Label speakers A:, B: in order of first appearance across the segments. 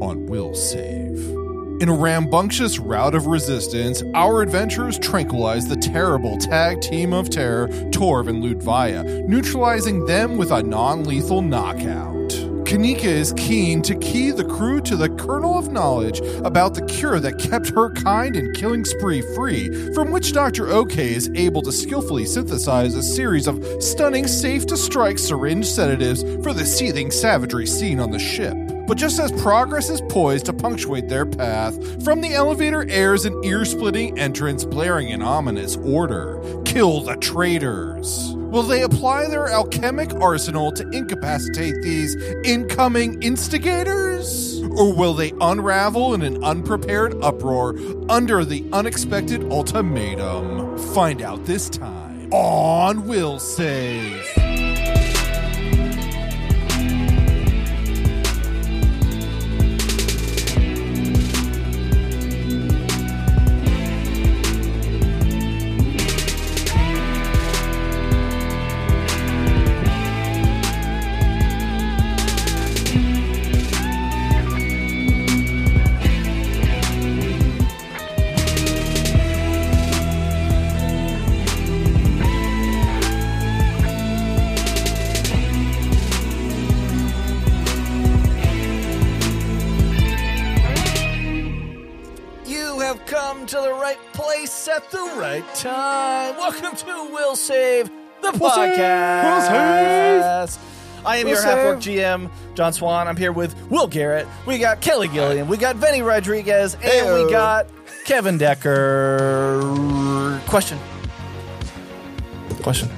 A: on Will Save. In a rambunctious rout of resistance, our adventurers tranquilize the terrible tag team of terror, Torv and Ludvia, neutralizing them with a non lethal knockout. Kanika is keen to key the crew to the kernel of knowledge about the cure that kept her kind and killing spree free, from which Dr. OK is able to skillfully synthesize a series of stunning safe to strike syringe sedatives for the seething savagery seen on the ship. But just as progress is poised to punctuate their path, from the elevator airs an ear splitting entrance blaring an ominous order Kill the traitors! Will they apply their alchemic arsenal to incapacitate these incoming instigators? Or will they unravel in an unprepared uproar under the unexpected ultimatum? Find out this time on Will Save.
B: You have come to the right place at the right time. Welcome to Will Save the
A: Will Save! Will
B: podcast. I am
A: Will
B: your
A: Save.
B: half-work GM, John Swan. I'm here with Will Garrett. We got Kelly Gilliam. We got Benny Rodriguez, and
A: Heyo.
B: we got Kevin Decker. Question. Question.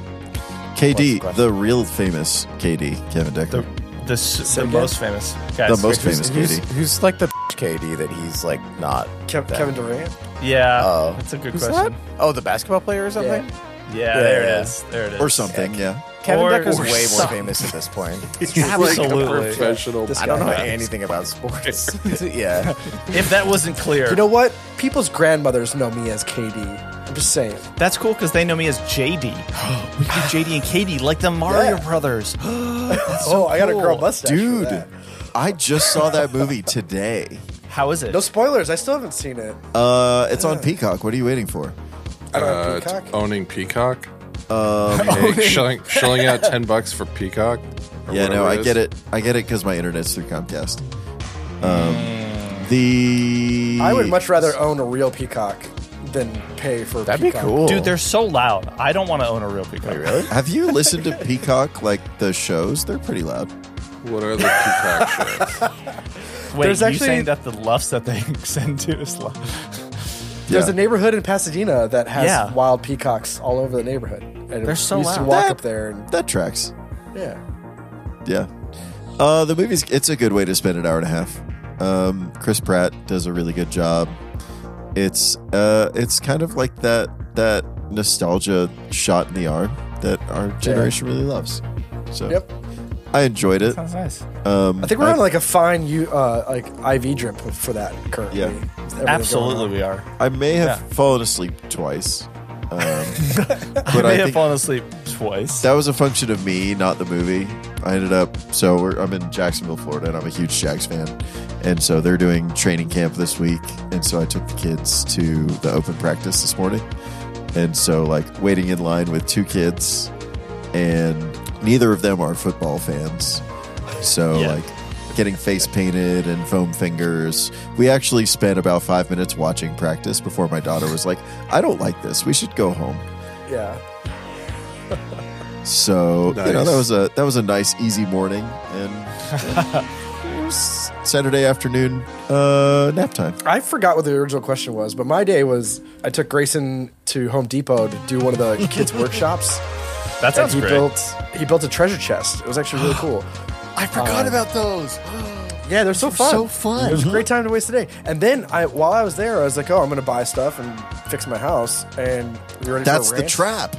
C: KD, the real famous KD, Kevin Decker.
B: The the, s the most famous.
C: The,
B: Guys.
C: most famous
D: Who's,
C: KD.
D: who's like the KD that he's like not
E: Kev-
D: that-
E: Kevin Durant.
B: Yeah,
D: Oh.
B: that's a good
D: Who's
B: question.
D: Oh, the basketball player or something?
B: Yeah, there
D: yeah.
B: it is. There it is.
C: Or something, yeah.
D: Kevin
B: Or-
D: Decker's
B: or
D: way more
B: something.
D: famous at this point.
B: Absolutely.
E: professional.
D: I don't know anything about sports. yeah.
B: If that wasn't clear,
E: You know what? People's grandmothers know me as KD. I'm just saying.
B: That's cool because they know me as JD. we can do JD and Katie like the Mario Brothers.
E: oh, I got a girl
B: cool.
E: mustache. for
C: Dude,
E: that.
C: I just saw that movie today.
B: How is it?
E: No spoilers. I still haven't seen it.
C: Uh, it's on Peacock. What are you waiting for?
E: I don't
F: Uh,
E: have Peacock.
F: t- owning Peacock. Um, shelling, shelling out ten bucks for Peacock. or
C: Yeah, no, I
F: whatever is.
C: get it. I get it because my internet's through Comcast. Um, the
E: Hmm. I would much rather own a real peacock than pay for.
D: That'd
E: peacock.
D: be cool.
B: Dude, they're so loud. I don't want to own a real peacock.
D: really?
C: Have you listened to Peacock? Like the shows, they're pretty loud.
F: What are the Peacock shows?
B: Wait,
E: There's
B: you
E: actually-
B: saying that the luffs that they send to is love?
E: There's
C: Yeah.
E: a neighborhood in Pasadena that has
B: Yeah.
E: wild peacocks all over the neighborhood. And
B: They're so
E: we used to
B: loud.
E: walk
C: That-
E: up there and
C: That tracks.
E: yeah.
C: Yeah. Uh, the movie's it's a good way to spend an hour and a half. Um, Chris Pratt does a really good job. It's uh, it's kind of like that that nostalgia shot in the arm that our generation really loves. So
E: Yep.
C: I enjoyed it.
B: Sounds nice.
C: Um,
E: I think we're on like a fine you uh, like IV drip for that currently.
C: Yeah.
E: With everything going
B: Absolutely,
E: on.
B: we are.
C: I may have
B: yeah.
C: fallen asleep twice, um,
B: But
C: but
B: I
C: I
B: may have
C: think
B: fallen asleep twice.
C: that was a function of me, not the movie. I ended up so we're, I'm in Jacksonville, Florida, and I'm a huge Jags fan, and so they're doing training camp this week, and so I took the kids to the open practice this morning, and so like waiting in line with two kids, and neither of them are football fans, so
B: Yeah.
C: like getting face painted and foam fingers. We actually spent about five minutes watching practice before my daughter was like, "I don't like this. We should go home."
E: Yeah.
C: So you know
F: Nice.
C: that was a that was a nice easy morning and, and it was Saturday afternoon uh, nap time.
E: I forgot what the original question was, but my day was I took Grayson to Home Depot to do one of the kids' workshops.
B: That
E: and
B: sounds
E: he
B: great.
E: built he built a treasure chest. It was actually really cool. Um,
C: I forgot about those.
E: Yeah, they're so fun.
C: So fun.
E: It was a great time to waste the day. And then I while I was there, I was like, oh, I'm gonna buy stuff and fix my house and we were ready
C: That's
E: for a
C: the
E: rant.
C: trap.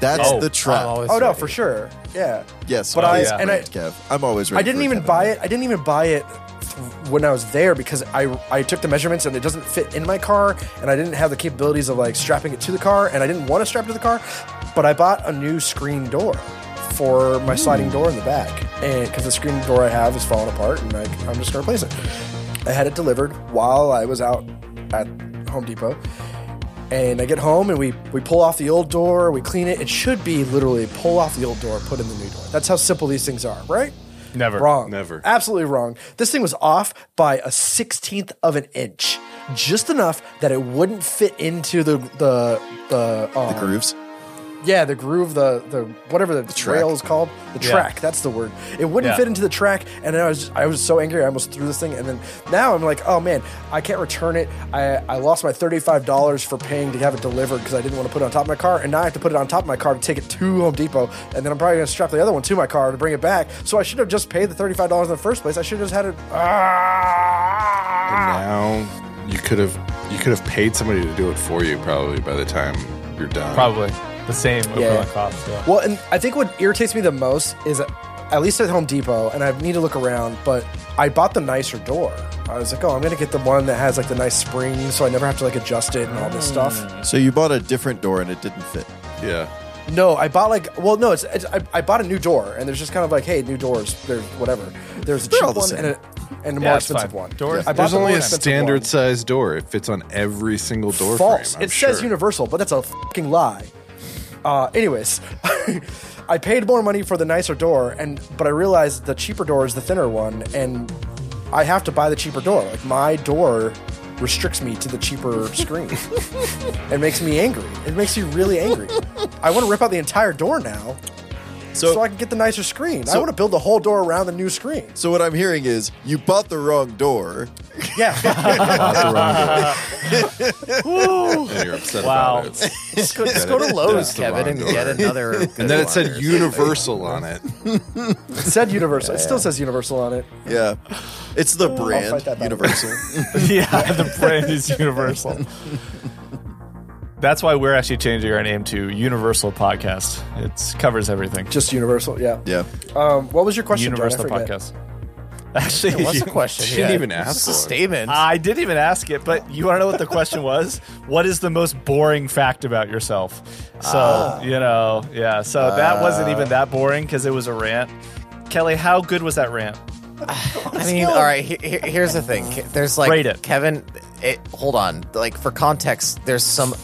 C: That's
B: Oh,
C: the trap.
D: I'm always
E: Oh no,
D: ready.
E: for sure. Yeah.
C: yes,
E: But
C: I'm
E: I-
C: always
E: and
C: ready,
E: I-
C: Kev. I'm always ready.
E: I didn't even buy it. I didn't even buy it th- when I was there because I I took the measurements and it doesn't fit in my car, and I didn't have the capabilities of like strapping it to the car, and I didn't want to strap it to the car, but I bought a new screen door for my sliding door in the back, and because the screen door I have is falling apart, and I, I'm just gonna replace it. I had it delivered while I was out at Home Depot, and I get home and we we pull off the old door, we clean it. It should be literally pull off the old door, put in the new door. That's how simple these things are, right?
B: Never.
E: Wrong.
F: Never.
E: Absolutely wrong. This thing was off by a sixteenth of an inch, just enough that it wouldn't fit into the the the, uh,
C: The grooves.
E: yeah, the groove, the the whatever the,
C: track.
E: trail is called, the
B: Yeah.
E: track. That's the word. It wouldn't
B: Yeah.
E: fit into the track, and I was just, I was so angry. I almost threw this thing, and then now I'm like, oh man, I can't return it. I I lost my thirty five dollars for paying to have it delivered because I didn't want to put it on top of my car, and now I have to put it on top of my car to take it to Home Depot, and then I'm probably gonna strap the other one to my car to bring it back. So I should have just paid the thirty five dollars in the first place. I should have just had it. Ah!
F: And now you could have you could have paid somebody to do it for you probably by the time you're done.
B: Probably the same
E: Yeah.
B: equivalent cost. Yeah.
E: Well, and I think what irritates me the most is at least at Home Depot, and I need to look around, but I bought the nicer door. I was like, oh, I'm going to get the one that has like the nice spring so I never have to like adjust it and all this stuff.
C: So you bought a different door and it didn't fit.
F: Yeah.
E: No, I bought like, well, no, it's, it's I, I bought a new door, and there's just kind of like, hey, new doors, they're whatever. There's a
C: They're all
E: cheap
C: the
E: one
C: same.
E: and a, and a
B: Yeah,
E: more
B: it's fine.
E: expensive one.
B: Doors-
E: I bought
F: There's
E: the more
F: only a
E: expensive
F: standard
E: one.
F: sized door. It fits on every single door
E: False.
F: frame. I'm
E: it says
F: sure.
E: universal, but that's a fucking lie. Uh, anyways, I paid more money for the nicer door, and but I realized the cheaper door is the thinner one, and I have to buy the cheaper door. Like my door restricts me to the cheaper screen. it makes me angry. It makes me really angry. I want to rip out the entire door now, so,
C: So
E: I can get the nicer screen. I
C: so-
E: want to build the whole door around the new screen.
C: so what I'm hearing is you bought the wrong door.
E: Yeah,
F: And you're upset
B: Wow.
F: about it.
D: Just go, just go
F: That is-
D: to
F: that's
D: Lowe's,
F: the
D: Kevin,
F: wrong
D: and
F: door.
D: get another.
F: And then it said universal on it.
E: it said universal. It still says universal on it.
C: Yeah. It's the brand
E: fight that battle.
C: Universal.
B: yeah, the brand is Universal. That's why we're actually changing our name to Universal Podcast. It covers everything.
E: Just universal. Yeah.
C: yeah.
E: Um, what was your question? John? I
B: Universal
E: forget.
B: Podcast. Actually,
D: What's the
B: you-
D: question?
F: She didn't even ask
D: It's a
F: for it.
D: statement.
B: I didn't even ask it, but you want to know what the question was? What is the most boring fact about yourself? So,
E: Ah.
B: you know, yeah. So that wasn't even that
E: Uh.
B: boring because it was a rant. Kelly, how good was that rant?
D: I mean, all right. Here, here- here's the thing. Ke- There's like
B: Rate it.
D: Kevin. It, hold on. Like for context, there's some.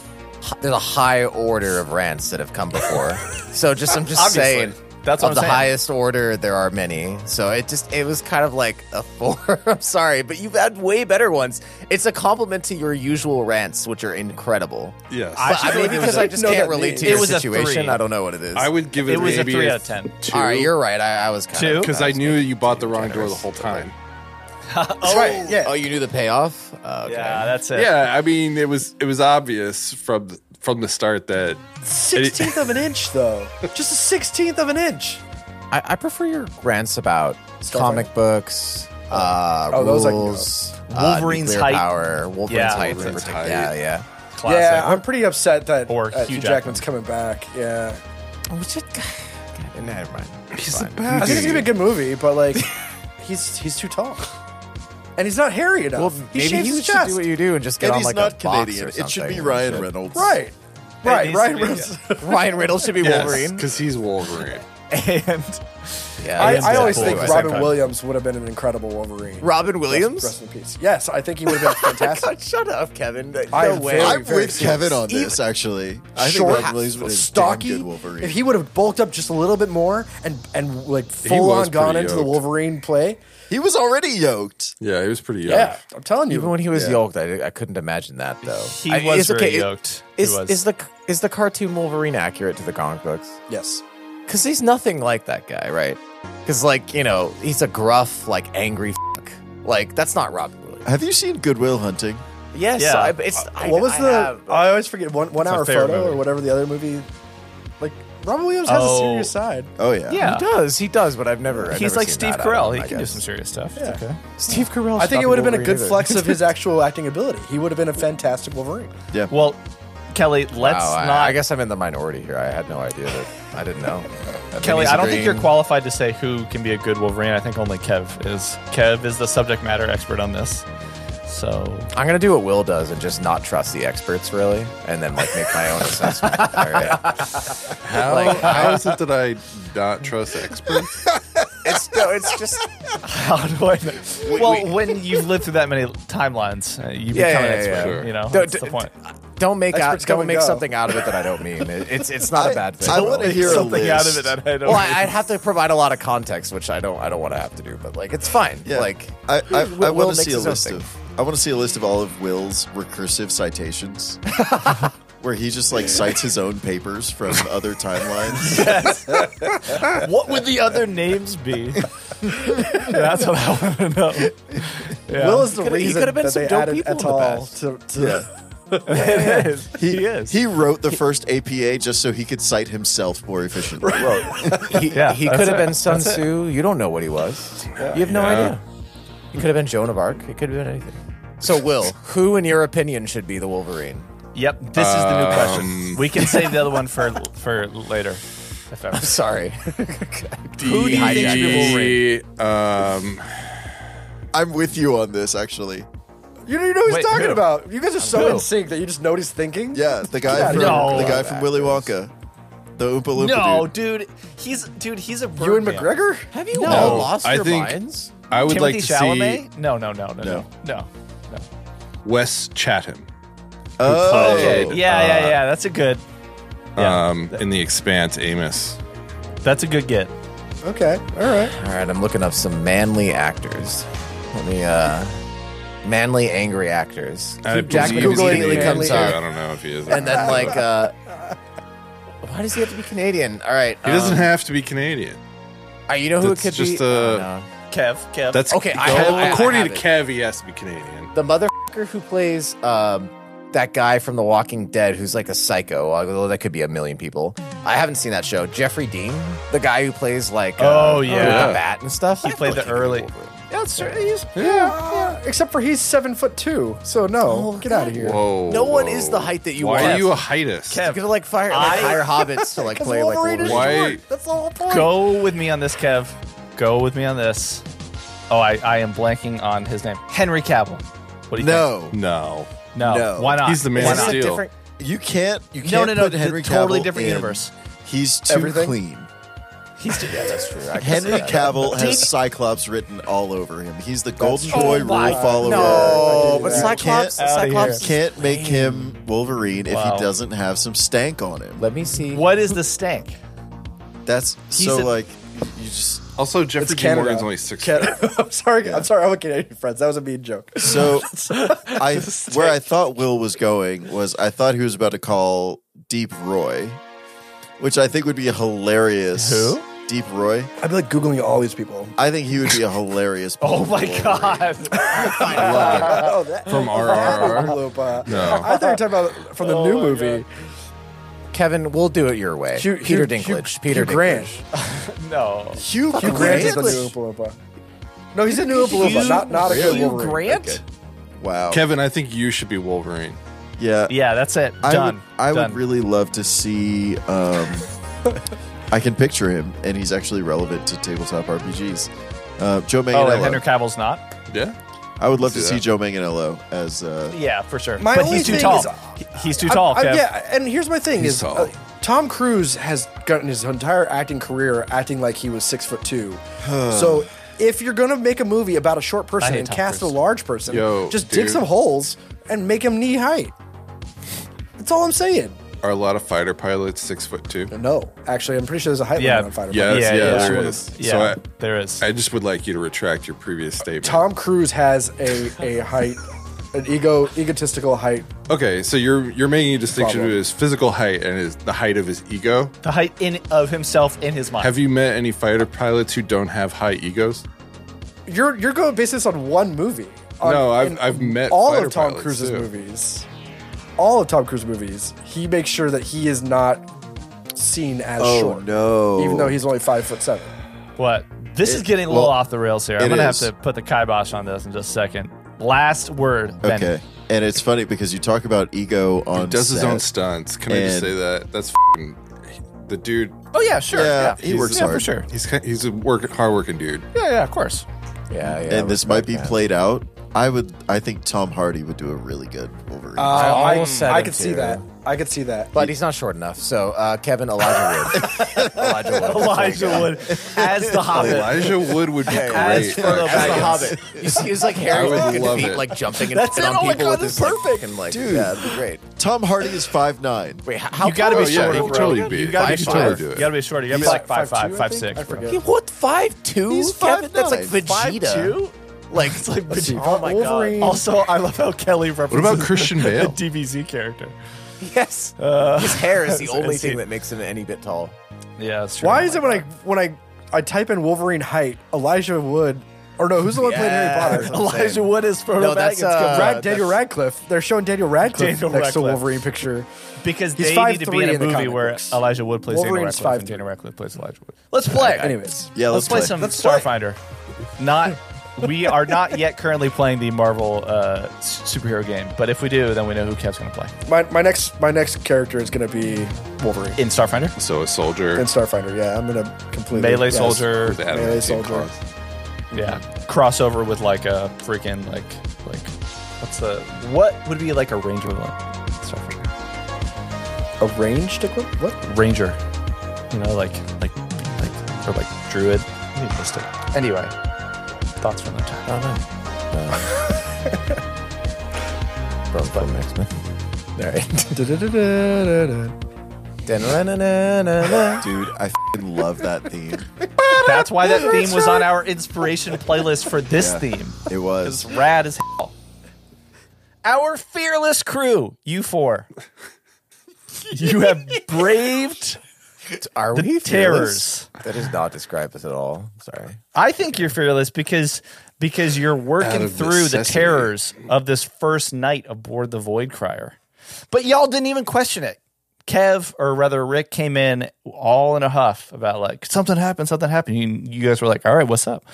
D: There's a high order of rants that have come before. so just I'm just
B: Obviously.
D: saying.
B: That's what
D: of
B: I'm
D: the
B: saying.
D: highest order. There are many. So it just it was kind of like a four. I'm sorry, but you've had way better ones. It's a compliment to your usual rants, which are incredible.
F: Yes.
B: I-
D: But
B: actually
D: I,
B: feel
D: maybe
B: like it was
D: because
B: a-
D: I just
E: no,
D: can't
E: that-
D: relate to
B: it
D: your
B: was a
D: situation.
B: three.
D: I don't know what it is.
F: I would give it,
B: It was a
F: maybe
B: three out of 10.
F: Two.
D: all right, you're right. I, I was kind
B: Two?
D: of
F: Because I knew you bought the wrong door the whole time.
E: That's right. Yeah.
D: Oh, you knew the payoff. Oh, okay.
B: Yeah, that's it.
F: Yeah, I mean it was it was obvious from from the start that
E: sixteenth of an inch, though. Just a sixteenth of an inch.
D: I, I prefer your rants about
E: Starfighter?
D: comic books, uh,
E: Oh, those I can go.
D: rules, uh,
B: Wolverine's
D: nuclear
B: height.
D: power, Wolverinene's
B: Yeah.
D: height,
F: Wolverine's
D: yeah,
F: height.
D: yeah,
B: Classic.
E: Yeah, I'm pretty upset that
B: Or
E: uh,
B: Hugh
E: Hugh Jackman's
B: Jackman.
E: coming back. Yeah,
B: Oh,
D: yeah. Which it, God, never mind. It's fine.
E: I think it's gonna be a good movie, but like, he's he's too tall, and he's not hairy enough.
D: Well,
E: he
D: maybe
E: shaves
D: you
E: his
D: should
E: chest.
D: do what you do and just get
C: and
D: on
C: he's
D: like
C: not
D: a
C: Canadian.
D: box or
C: It should be
D: something.
C: Ryan Reynolds.
E: right, right,
B: needs
E: right.
B: to be,
E: Reynolds.
D: Ryan Reynolds should be Wolverine.
F: because he's Wolverine.
B: and
D: Yeah,
E: I,
D: he's
E: I always
D: Deadpool
E: think
D: at the same
E: Robin
D: time.
E: Williams would have been an incredible Wolverine.
D: Robin Williams.
E: Rest in peace. Yes, I think he would have been fantastic.
D: God, shut up, Kevin. No
E: I am
D: way.
E: very-
C: I'm with
E: serious.
C: Kevin on this, actually. I think
E: Short,
C: Robin Williams would have
E: stocky.
C: damn good Wolverine.
E: If he would have bulked up just a little bit more and and like full
F: was
E: on gone
F: pretty
E: into the
F: yoked.
E: Wolverine play,
C: he was already yoked.
F: Yeah, he was pretty young.
E: yeah, I'm telling you,
D: Even when he was yoked, I, I couldn't imagine that though.
B: he
D: I mean,
B: was
D: it's
B: very
D: okay. It-
B: yoked. He
D: Is,
B: was.
D: is the is the cartoon Wolverine accurate to the comic books?
E: yes.
D: Because he's nothing like that guy, right? Because, like, you know, he's a gruff, like, angry fuck. Like, that's not Robin Williams.
C: Have you seen Goodwill Hunting?
D: Yes,
B: Yeah.
D: I, it's. I,
E: what was
D: I
E: the?
D: have, but-
E: I always forget one one
B: my
E: hour
B: favorite
E: photo or
B: movie.
E: whatever the other movie. Like Robin Williams has
B: Oh.
E: a serious side.
C: Oh yeah.
B: yeah.
D: He does, he does, but I've never. I've
B: He's
D: never
B: like
D: seen
B: Steve
D: that
B: Carell.
D: album,
B: He
D: I
B: can do
D: guess.
B: some serious stuff.
E: Yeah.
B: It's okay.
D: Steve Carell.
E: I think it would have been a good flex of his actual acting ability. He would have been a fantastic Wolverine.
B: Well, Kelly, let's
D: wow, I-
B: not.
D: I, guess I'm in the minority here. I had no idea that. I didn't know. That
B: Kelly,
D: he's
B: I don't think you're
D: agreeing.
B: qualified to say who can be a good Wolverine. I think only Kev is. Kev is the subject matter expert on this. So
D: I'm gonna do what Will does and just not trust the experts really, and then like make my own assessment. All right.
F: How,
D: Like-
F: how is it that I not trust experts?
D: It's no, it's just
B: how do I? Know? well, when you've lived through that many timelines, uh, you
D: Yeah,
B: become
D: yeah,
B: an
D: yeah,
B: expert.
F: yeah.
B: You know,
D: Don't-
B: that's the
D: d-
B: point.
D: don't make out,
E: Experts come
D: don't
E: and
D: make
E: go.
D: something out of it that I don't mean. It, it's it's not a bad thing.
C: I want to
D: really.
C: hear a
B: Something
C: list.
B: out of it that I don't.
D: Well, I, I'd have to provide a lot of context, which I don't. I don't want to have to do, but like it's fine.
C: Yeah.
D: Like
C: I, I,
D: Will-
C: I
D: Will
C: want to
D: makes
C: see a
D: his own
C: list
D: thing.
C: of. I want to see a list of all of Will's recursive citations, where he just like cites his own papers from other timelines.
B: what would the other names be? That's what I want to know. Yeah.
E: Will is the
D: Could've- he
E: reason
D: could've been
E: that
D: some
E: they
D: dope
E: added
D: people in
E: et
D: the
E: al.
D: past.
E: To, to
B: it is.
C: He,
B: He is.
C: He wrote the first APA just so he could cite himself more efficiently.
D: he,
B: Yeah,
D: he
B: that's
D: could have
B: it.
D: been Sun
B: That's it.
D: Tzu. You don't know what he was. You have no idea. He could have been Joan of Arc. He could have been anything. So, Will, who in your opinion should be the Wolverine?
B: Yep, this is the new question.
F: Um,
B: We can save the other one for for later. If ever.
D: Sorry.
F: Who do you
D: hijacked
F: think should be
D: this.
F: Wolverine? Um,
C: I'm with you on this, actually.
E: you don't even know what he's
B: Wait,
E: talking
B: who?
E: about. You guys are so
B: Who?
E: in sync that you just know what he's thinking.
C: Yeah, the guy
E: outta
C: from
E: here.
B: No.
C: the guy from Willy Wonka, the Oompa Loompa
B: No,
C: dude.
B: dude, he's dude, he's a bird
E: You and
B: man.
E: McGregor?
D: Have you
B: No,
D: all lost
F: I
D: your
F: think-
D: minds?
F: I would
B: Timothy
F: like to Uh,
B: Chalamet? No, no, no, no,
C: No.
B: no, no.
F: see Wes Chatham
C: Oh,
F: played,
B: Yeah, yeah, yeah. That's a good. Yeah,
F: um, in the Expanse, Amos.
B: that's a good get.
E: Okay. All right.
D: All right, I'm looking up some manly actors. Let me, uh, manly angry actors.
F: I
D: Jackman
F: believe he's
E: Googling
F: Canadian,
E: comes
F: too.
D: up.
F: I don't know if he is. or
D: And
F: not.
D: then, like, uh, why does he have to be Canadian? All right.
F: he doesn't
D: um,
F: have to be Canadian.
D: uh, you know who it
F: that's
D: could
F: just,
D: be?
F: uh,
D: Oh, no.
B: Kev, Kev.
F: That's
D: Okay, I
F: go-
D: have- I- I
F: according
D: have
F: to
D: it.
F: Kev, he has to be Canadian.
D: the motherfucker who plays um, that guy from The Walking Dead, who's like a psycho. Although that could be a million people. I haven't seen that show. Jeffrey Dean, the guy who plays like
B: Oh,
D: uh,
B: yeah.
D: the bat and stuff.
B: he
D: I
B: played
D: feel
B: the
D: like he could be
B: early.
D: Wolverine.
E: Yeah, it's, he's,
D: Uh,
E: yeah, yeah. Except for he's seven foot two. So
D: Oh,
E: no, get out of here.
F: Whoa!
D: No one is the height that you
F: Why
D: want.
F: are you a heightist?
D: You're gonna like fire
B: I-
D: like, hire hobbits to like
E: Because
D: play like
E: Wolverine is
D: Wolverine.
F: Why-
E: short. That's the whole point.
B: Go with me on this, Kev. Go with me on this. Oh, I, I am blanking on his name. Henry Cavill. What do you
C: no,
F: No.
B: think? No.
C: No.
B: Why not?
F: He's the man
B: Why
F: of
B: not?
F: steel.
D: different-
C: you can't. You can't
B: No, no, no,
C: put Henry
B: d- totally
C: Cavill
B: different
C: in.
B: universe.
C: He's too
E: Everything?
C: clean.
D: He's yeah, that's true. I can see
C: Henry
D: that.
C: Cavill has Cyclops written all over him. He's the Golden
E: true.
C: Boy
D: Oh
C: rule
D: my-
C: follower.
D: No,
C: You
D: but
E: can't-
D: Cyclops,
B: Outta here.
D: Cyclops.
C: can't make him Wolverine if
B: Wow.
C: he doesn't have some stank on him.
D: Let me see.
B: What is the stank?
C: That's so
B: a-
C: like you just
F: Also, Jeffrey Dean
E: Canada.
F: Morgan's only six.
E: Can- I'm sorry. I'm sorry. I'm a Canadian friends. That was a mean joke.
C: so I where I thought Will was going was I thought he was about to call Deep Roy, which I think would be hilarious.
B: Who?
C: Deep Roy.
E: I'd be like googling all these people.
C: I think he would be a hilarious.
B: Oh my
C: Wolverine.
B: god.
E: Oh, that
F: From RRR.
E: loop. Uh,
F: No.
E: I thought you were talking about from the new movie.
D: Kevin, we'll do it your way.
E: Hugh-
D: Peter
E: Hugh-
D: Dinklage.
E: Hugh-
D: Peter
E: Hugh Grant.
D: Dinklage.
B: no.
C: Hugh,
E: Hugh Grant is the
C: Grant?
E: new Oompa Loompa. No, he's a new Oompa Loompa, not not a good
D: Hugh
E: Wolverine.
D: Grant?
C: Wow.
F: Kevin, I think you should be Wolverine.
C: yeah.
B: Yeah, that's it.
C: I
B: Done.
C: Would, I
B: Done.
C: would really love to see. Um, I can picture him, and he's actually relevant to tabletop RPGs. Uh, Joe
B: Oh, and
C: Manganiello.
B: Henry Cavill's not.
F: Yeah.
C: I would love to
F: See
C: see
F: that.
C: Joe Manganiello as. Uh,
B: Yeah, for sure.
E: My
B: but
E: only
B: he's too
E: thing
B: tall.
E: is-
B: He- he's too
E: I'm-
B: tall,
E: I'm-
B: Kev.
E: yeah, and here's my thing:
F: He's
E: is
F: tall.
E: uh, Tom Cruise has gotten his entire acting career acting like he was six foot two. so if you're gonna make a movie about a short person
B: hate
E: and
B: Tom
E: cast
B: Cruise.
E: a large person,
F: Yo,
E: just dig
F: dude.
E: some holes and make him knee height. That's all I'm saying.
F: Are a lot of fighter pilots six foot two?
E: No, actually, I'm pretty sure there's a height
B: Yeah.
E: limit on fighter.
F: Yeah,
E: pilots.
F: yeah,
B: yeah.
F: there
B: Sure.
F: is.
B: Yeah,
F: So
B: there is.
F: I, I just would like you to retract your previous statement.
E: Tom Cruise has a a height, an ego egotistical height.
F: Okay, so you're you're making a distinction
E: Problem.
F: between his physical height and his the height of his ego.
B: the height in of himself in his mind.
F: Have you met any fighter pilots who don't have high egos?
E: You're you're going based this on one movie. On-
F: No, I've-
E: in
F: I've met
E: all
F: fighter
E: of Tom
F: pilots,
E: Cruise's
F: too.
E: movies. All of Tom Cruise movies, he makes sure that he is not seen as
C: Oh,
E: short.
C: no.
E: even though he's only five foot seven.
B: what? This is getting a little
C: well,
B: off the rails here. I'm
C: it
B: gonna
C: is.
B: have to put the kibosh on this in just a second. Last word, Benny.
C: okay. And it's funny because you talk about ego on.
F: Does his own
C: set.
F: stunts? Can I just
C: And-
F: say that? That's fing the dude.
B: Oh yeah, sure.
C: Yeah,
B: Yeah,
C: he works
B: yeah,
C: hard.
B: for sure.
F: He's ki- he's a work hard working dude.
B: Yeah, yeah, of course.
D: Yeah, yeah.
C: and this might be played out I would. I think Tom Hardy would do a really good Wolverine.
E: Uh, I,
D: almost said
E: I
D: him
E: could see
D: too.
E: that. I could see that.
D: But he's not short enough. So uh, Kevin Elijah Wood. Elijah Wood.
B: Elijah Wood as the Hobbit.
F: Elijah Wood would be
B: As
F: great.
B: for the
D: As the
B: Baggins.
D: Hobbit. You see his like hair
F: I would
D: with
F: love
D: feet,
F: it.
D: like jumping and
B: That's
D: picking
B: it.
D: on
B: Oh my
D: people
B: God,
D: with
B: that's
D: his like,
B: perfect.
D: fucking like yeah, that'd be great.
C: Tom Hardy is five nine.
D: Wait, h- how
B: You gotta
D: tall
B: be
D: is
F: Oh, yeah,
B: shorter,
F: he
D: he?
F: could
B: bro.
F: totally be.
B: You gotta
F: he
B: be
F: could
B: shorter.
F: totally do
B: You
F: it.
B: gotta be shorter. You gotta be like five five, five six.
E: I
B: bro.
E: forget.
D: He- What five two?
C: He's
D: Kevin, that's like
C: 5'9".
D: Vegeta. Like it's like
E: Let's see.
D: Vegeta.
B: Oh my
E: Wolverine.
B: god. Also, I love how Kelly references
F: Christian
B: the-
F: Bale?
B: the DBZ character.
D: Yes. His hair is
B: uh,
D: the
B: it's-
D: only
B: it's-
D: thing that makes him any bit tall.
B: Yeah, that's true.
E: Why is it when I when I I type in Wolverine height, Elijah Wood, or no, who's the one who played
D: Yeah,
E: Harry
D: that's
E: Potter?
D: what I'm
B: Elijah
D: saying.
B: Wood is Frodo
D: No, that's,
B: Baggins
D: uh,
B: comes
E: Rad,
B: out.
E: Daniel Radcliffe. They're showing Daniel Radcliffe
B: Daniel
E: next to
B: Radcliffe.
E: Wolverine picture.
B: because
E: he's
B: they need to be
E: 5'3"
B: in a
E: in the
B: movie
E: comic
B: where
E: books.
B: Elelijah Wood plays Daniel
E: Wolverine's
B: Radcliffe and
E: 5'3".
B: Daniel Radcliffe plays Elijah Wood.
D: Let's play.
E: Anyways,
C: Yeah,
B: Let's,
C: let's,
B: play
C: click.
B: some
D: Let's play.
B: Starfinder. Not we are not yet currently playing the Marvel uh, s- superhero game, but if we do, then we know who Kev's going to play
E: my, my next my next character is gonna be Wolverine
B: in Starfinder.
F: So a soldier
E: in Starfinder. Yeah, I'm gonna completely
B: Melee
E: yes.
B: soldier,
F: with adamantine
E: Melee soldier.
F: claws.
B: yeah, crossover with like a freaking like like what's the what would be like a ranger one? Starfinder
E: A ranged equipment? What?
B: ranger, you know, like like like or like druid. You missed it. Anyway, thoughts from the time.
D: From from X-Men. All right.
C: dude. I fing love that theme.
B: That's why that theme was on our inspiration playlist for this
C: Yeah.
B: theme.
C: It
B: It's
C: was.
B: rad as hell. Our fearless crew, you four. you have braved
D: Are we fearless?
B: terrors.
D: That is not describe us at all. Sorry.
B: I think you're fearless because because you're
F: Out
B: working
F: of
B: through the
F: necessity.
B: terrors of this first night aboard the Void Crier. But y'all didn't even question it. Kev, or rather Rick, came in all in a huff about like something happened, something happened. You, you guys were like, "All right, what's up?"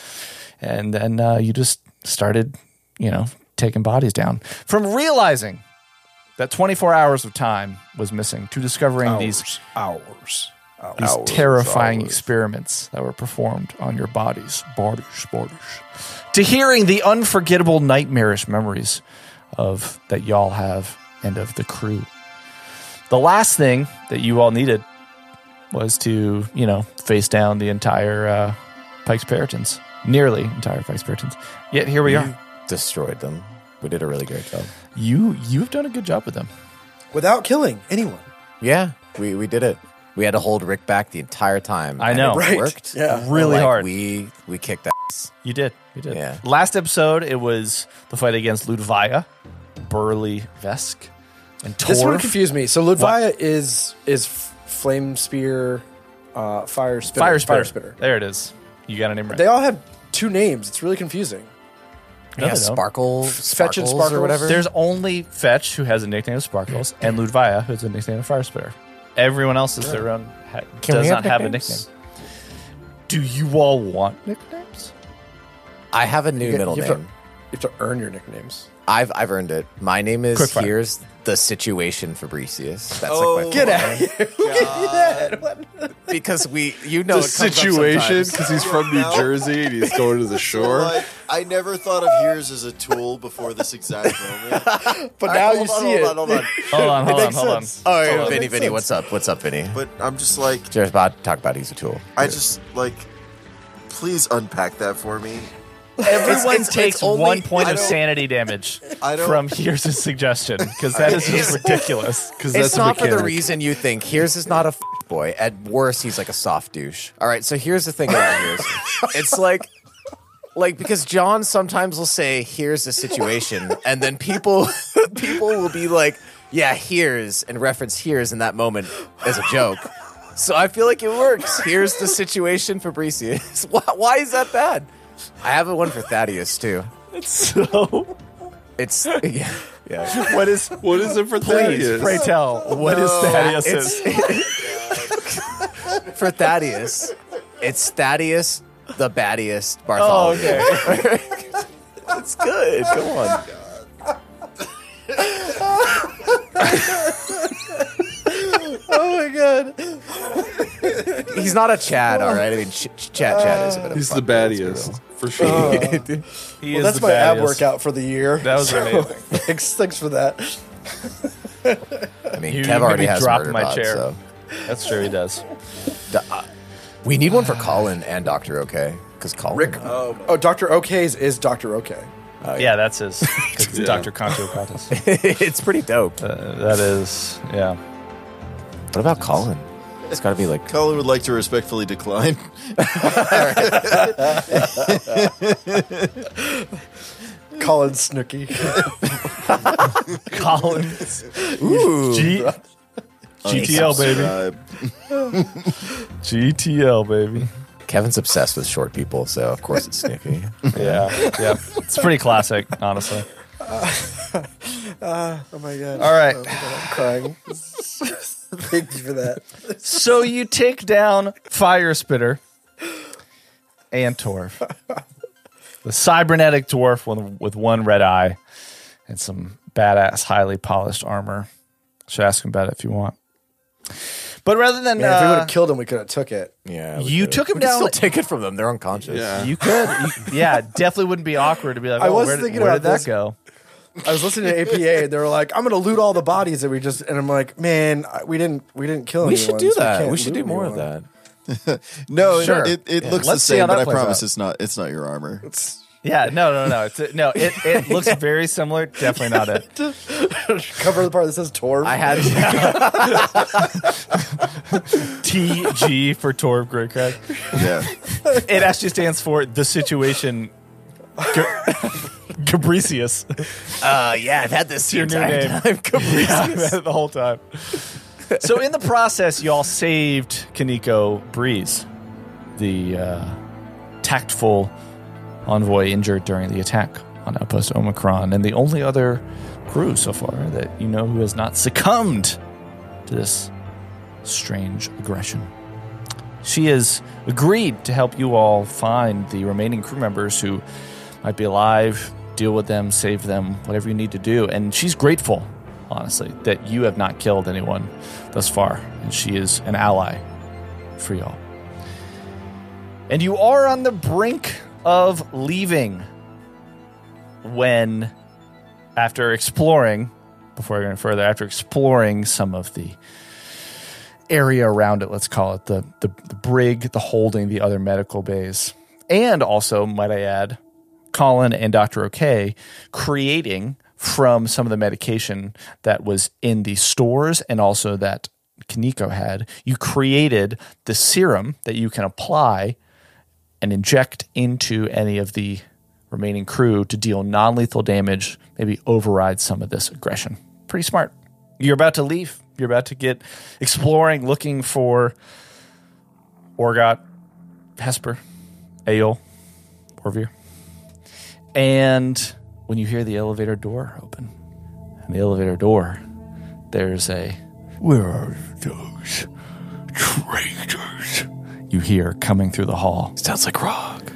B: And then uh, you just started, you know, taking bodies down from realizing that 24 hours of time was missing to discovering these
E: Hours.
B: these terrifying experiments that were performed on your bodies, bodies, bodies, to hearing the unforgettable nightmarish memories of that y'all have and of the crew. The last thing that you all needed was to, you know, face down the entire uh, Pikes Peritons, nearly entire Pikes Peritons. Yet here we are.
D: Destroyed them. We did a really great job.
B: You you've done a good job with them.
E: Without killing anyone.
D: Yeah, we, we did it. We had to hold Rick back the entire time.
B: I
D: and
B: know.
D: It
E: Right.
D: worked.
E: Yeah.
D: But,
B: Really
D: like,
B: hard.
D: We we kicked ass.
B: You did. You did.
D: Yeah.
B: Last episode, it was the fight against Ludvia, Burly Vesk, and Torv.
E: This one confused me. So Ludvia is is f- flame spear, uh, fire spitter,
B: Fire Spitter.
E: fire spitter.
B: There it is. You got a name right.
E: They all have two names. It's really confusing.
B: No,
D: yeah,
B: they don't.
D: Sparkle,
E: Fetch and
D: Sparkles
E: Sparkles.
D: or whatever.
B: There's only Fetch, who has a nickname of Sparkles, and Ludvia, who has a nickname of Fire Spitter. Everyone else is their own, ha-
D: Can
B: does
D: we
B: not
D: have
B: have a nickname.
D: nicknames?
B: Do you all want nicknames?
D: I have a new
E: You-
D: middle
E: you have to-
D: name.
E: you have to earn your nicknames.
D: I've I've earned it. My name is
B: Quickfire.
D: here's the situation Fabricius. That's like my
E: Get
D: full
E: out!
D: name.
E: Who gave you that? What?
D: because we you know
F: The
D: it comes up
F: situation
D: sometimes.
F: because he's from New Jersey and he's going to the shore.
C: Like, I never thought of here's as a tool before this exact moment.
E: But now you see it.
C: Hold on, hold on, hold on.
B: Hold on, hold on, hold on.
D: Oh, yeah,
C: Totally.
D: Vinny,
C: Makes
D: Vinny,
C: sense.
D: what's up? What's up, Vinny?
C: But I'm just like,
D: Jared's about to talk about he's a tool.
C: I just like, please unpack that for me.
B: Everyone
D: it's-
B: takes
D: it's only-
B: one point
C: I
B: of
C: don't-
B: sanity damage
C: I don't-
B: from here's a suggestion because that is just ridiculous.
F: Because
D: It's
F: that's
D: not
F: a
D: for the
F: mechanic.
D: reason you think. Here's is not a f- boy. At worst, he's like a soft douche. All right, so here's the thing about here's. It's like, like because John sometimes will say, "Here's the situation," and then people, people will be like, "Yeah, here's," and reference here's in that moment as a joke. So I feel like it works. Here's the situation, Fabricius. Why, why is that bad? I have one for Thaddeus too.
B: So,
D: It's yeah, yeah.
B: what is
F: What is it for
B: Please,
F: Thaddeus?
B: pray tell, what is Thaddeus's?
D: for Thaddeus. It's Thaddeus the baddiest Bartholomew.
B: Oh,
D: it's good. Come on. oh my god. he's not a Chad, all right. I mean, ch- ch- Chad, Chad is a bit of
F: He's
D: a
F: the baddiest for sure.
B: He
E: Well,
B: is
E: that's
B: the
E: my ab
B: baddiest.
E: workout for the year.
B: That was amazing.
E: thanks, thanks for that.
D: I mean,
B: You
D: Kev
B: made
D: already
B: me
D: has
B: drop
D: murder
B: my
D: bod,
B: chair.
D: so. uh,
B: That's true. He does.
D: We need one for Colin and Doctor OK because Colin. Rick,
E: Oh, Doctor OK's is Doctor OK.
D: Oh,
B: yeah, that's his. 'cause it's Dr. Kanto Katis.
D: it's pretty dope.
B: Uh, that is, yeah.
D: What about Colin? It's got to be like
C: Colin would like to respectfully decline.
E: Colin Snooky.
B: Colin.
D: ooh. Oh,
B: G- GTL, baby.
C: Unsubscribe.
B: GTL, baby.
D: Kevin's obsessed with short people, so of course it's Snoopy.
B: Yeah, yeah. It's pretty classic, honestly.
E: Oh my god.
B: All right.
E: I'm crying. Thank you for that.
B: So you take down Fire Spitter and Torv, the cybernetic dwarf with, with one red eye and some badass, highly polished armor. Should ask him about it if you want. But rather than
E: Man, if we would have
B: uh,
E: killed him, we could have took it.
D: Yeah,
B: you took him
D: We can
B: down.
D: still take it from them. They're unconscious.
F: Yeah.
B: you could, you- yeah, definitely wouldn't be awkward to be like,
E: I
B: oh,
E: was
B: where, did-
E: thinking
B: where
E: about
B: did
E: this.
B: that go?
E: I was listening to APA, and they were like, "I'm going to loot all the bodies that we just," and I'm like, "Man, I- we didn't, we didn't kill
D: We should
E: anyone.
D: do
E: so
D: that.
E: can't
D: We should do
E: loot
D: more of
E: anyone."
D: that.
C: No,
D: Sure.
C: it, it, it looks
B: Let's
C: the
B: see how
C: same,
B: that
C: but I
B: plays
C: promise
B: out.
C: it's not. It's not your armor.
B: Yeah, no, no, no, it's, no. It it looks very similar. Definitely not it.
E: Cover the part that says Torv.
D: I had
B: TG for Torv Greycrack.
C: Yeah,
B: It actually stands for the situation. G- Gabricius,
D: uh, yeah, I've had this the
B: your new
D: entire
B: name.
D: time.
B: the whole time. So in the process, y'all saved Kaniko Breeze, the uh, tactful envoy injured during the attack on Outpost Omicron, and the only other crew so far that you know who has not succumbed to this strange aggression. She has agreed to help you all find the remaining crew members who might be alive, deal with them, save them, whatever you need to do. And she's grateful, honestly, that you have not killed anyone thus far. And she is an ally for y'all. And you are on the brink of leaving when, after exploring, before going further, after exploring some of the area around it, let's call it the, the, the brig, the holding, the other medical bays, and also, might I add, Colin and Dr. OK creating from some of the medication that was in the stores and also that Kaneko had, you created the serum that you can apply and inject into any of the remaining crew to deal non lethal damage, maybe override some of this aggression. Pretty smart. You're about to leave. You're about to get exploring, looking for Orgot, Hesper, Aeol, Orvir. And when you hear the elevator door open, and the elevator door, there's a Where are those traitors? You hear coming through the hall. Sounds like Rock.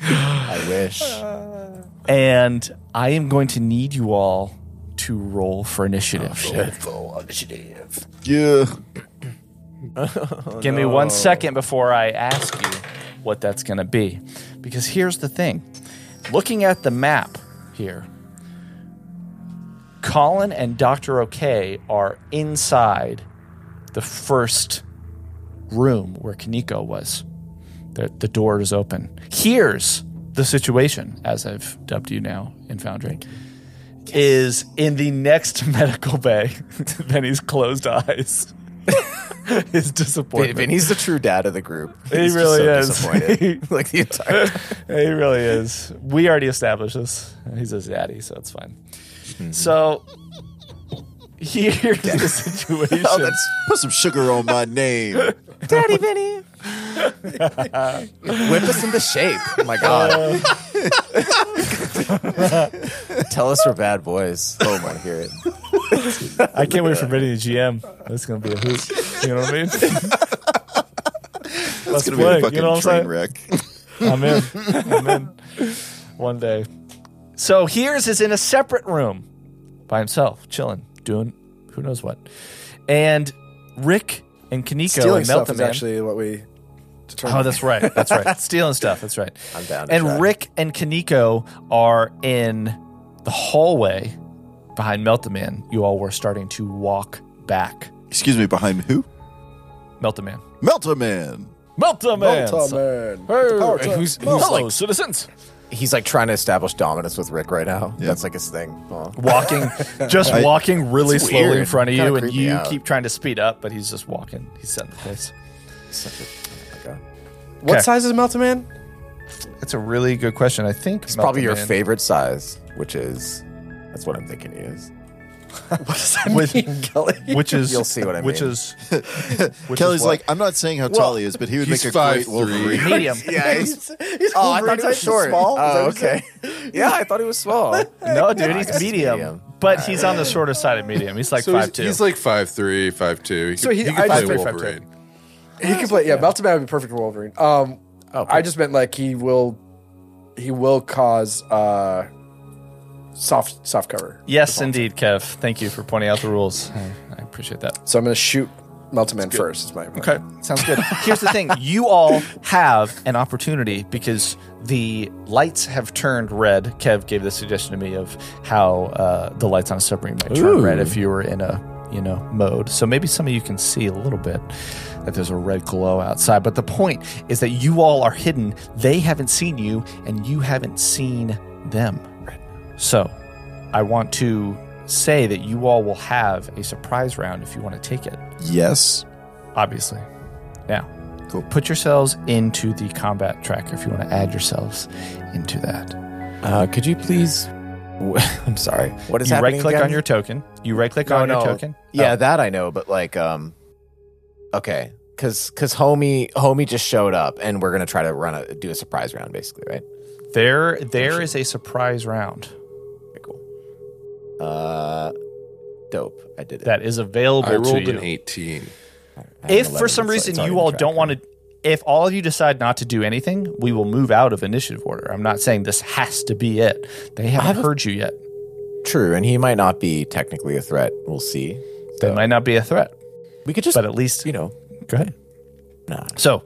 D: I wish.
B: And I am going to need you all to roll for initiative.
D: Oh,
C: yeah.
B: Give me one second before I ask you what that's going to be. Because here's the thing looking at the map here, Colin and Dr. OK are inside the first room where Kaniko was. The, the door is open. Here's the situation, as I've dubbed you now in Foundry. Is in the next medical bay. Benny's closed eyes. His disappointment.
D: Vinny's the true dad of the group.
B: He
D: He's just
B: really
D: so
B: is.
D: Disappointed. like the entire.
B: he really is. We already established this. He's his daddy, so it's fine. So here's the situation.
C: Oh, that's put some sugar on my name.
D: Daddy Vinny. Whip us into shape. Oh my God. Tell us we're bad boys. Oh my, hear it.
B: I can't wait for Vinny to GM. That's gonna be a hoot. You know what I mean?
C: That's gonna
B: play,
C: be a fucking
B: you know what I'm
C: train
B: saying?
C: wreck.
B: I'm in. I'm in. One day. So here's is in a separate room by himself, chilling, doing who knows what. and Rick and Kaneko
E: Stealing
B: and Melt
E: stuff
B: the
E: is
B: Man.
E: actually what we determined.
B: Oh, that's right. That's right. Stealing stuff. That's right.
D: I'm down. To
B: and
D: try.
B: Rick and Kaneko are in the hallway behind Melt the Man. You all were starting to walk back.
C: Excuse me, behind who?
B: Melt the Man.
C: Melta Man.
B: Melt the Man.
E: Malta man. Get the power
G: Hey,
E: to-
G: who's- who's-
E: Malta.
G: Hello, citizens.
D: He's like trying to establish dominance with Rick right now.
C: Yeah.
D: That's like his thing. Well,
B: Walking, just
C: I-
B: walking really
D: It's
B: slowly in
D: weird.
B: front of
D: Kinda
B: you, and
D: creeped me
B: you
D: out.
B: keep trying to speed up, but he's just walking. He's setting the pace.
D: oh
E: What
B: Okay.
E: size is Melta man?
B: That's a really good question. I think
D: it's probably your favorite size, which is that's what I'm thinking he is.
B: Which,
E: Kelly.
B: which is
D: You'll see what I
B: Which
D: mean.
B: is
C: Kelly's
B: what?
C: like, I'm not saying how tall he is, but he would
F: he's
C: make a
F: five
C: great
F: three.
C: Wolverine.
B: medium.
D: Yeah,
E: He's, he's
D: oh, I thought
E: Wolverine
D: he was
E: type,
D: short.
E: Small. Is that
D: Oh,
E: what you said?
D: okay. yeah, I thought he was small.
B: No, dude,
D: I
B: he's
D: guess
B: medium,
D: medium.
B: but he's on the shorter side of medium. He's like
F: So
B: five
F: he's,
B: two.
F: he's like five three, five two. He
E: So
F: could,
E: he-
F: he could
E: I
F: play
B: Five
E: just-
B: three, five
F: Wolverine.
E: He could play. Yeah, Melta Man would be perfect for Wolverine. Um,
D: Oh,
E: I just meant like he will, he will cause uh, soft soft cover.
B: yes, indeed, Kev. Thank you for pointing out the rules. I, I appreciate that.
E: So I'm gonna shoot Melta Man first. Is my
B: Okay, sounds good. Here's the thing: you all have an opportunity because the lights have turned red. Kev gave the suggestion to me of how uh, the lights on a submarine might turn red if you were in a you know mode. So maybe some of you can see a little bit that there's a red glow outside. But the point is that you all are hidden. They haven't seen you, and you haven't seen them. So I want to say that you all will have a surprise round if you want to take it
C: Yes.
B: obviously. Now,
C: Cool.
B: put yourselves into the combat tracker if you want to add yourselves into that.
H: Uh, could you please? I'm sorry.
D: What is
B: you
D: happening?
B: right click
D: again?
B: on your token. You right click
D: No,
B: on
D: no.
B: your token. Oh. Uh,
D: Yeah, that I know, but like, um, okay, because because homie homie just showed up, and we're gonna try to run a do a surprise round, basically, right?
B: Oh, there, there is a surprise round
D: Okay, cool. Uh, dope. I did it.
B: that is available
F: I rolled
B: to you.
F: an eighteen.
D: I had
B: If
D: an
B: for
D: 11,
B: some
D: so it's
B: reason
D: already
B: you all
D: tracked.
B: don't want to, if all of you decide not to do anything, we will move out of initiative order. I'm not saying this has to be it. They haven't heard you yet.
D: true, and he might not be technically a threat. We'll see.
B: They might not be a threat,
D: We could just,
B: but at least
D: you know,
B: Go ahead.
D: Nah.
B: So,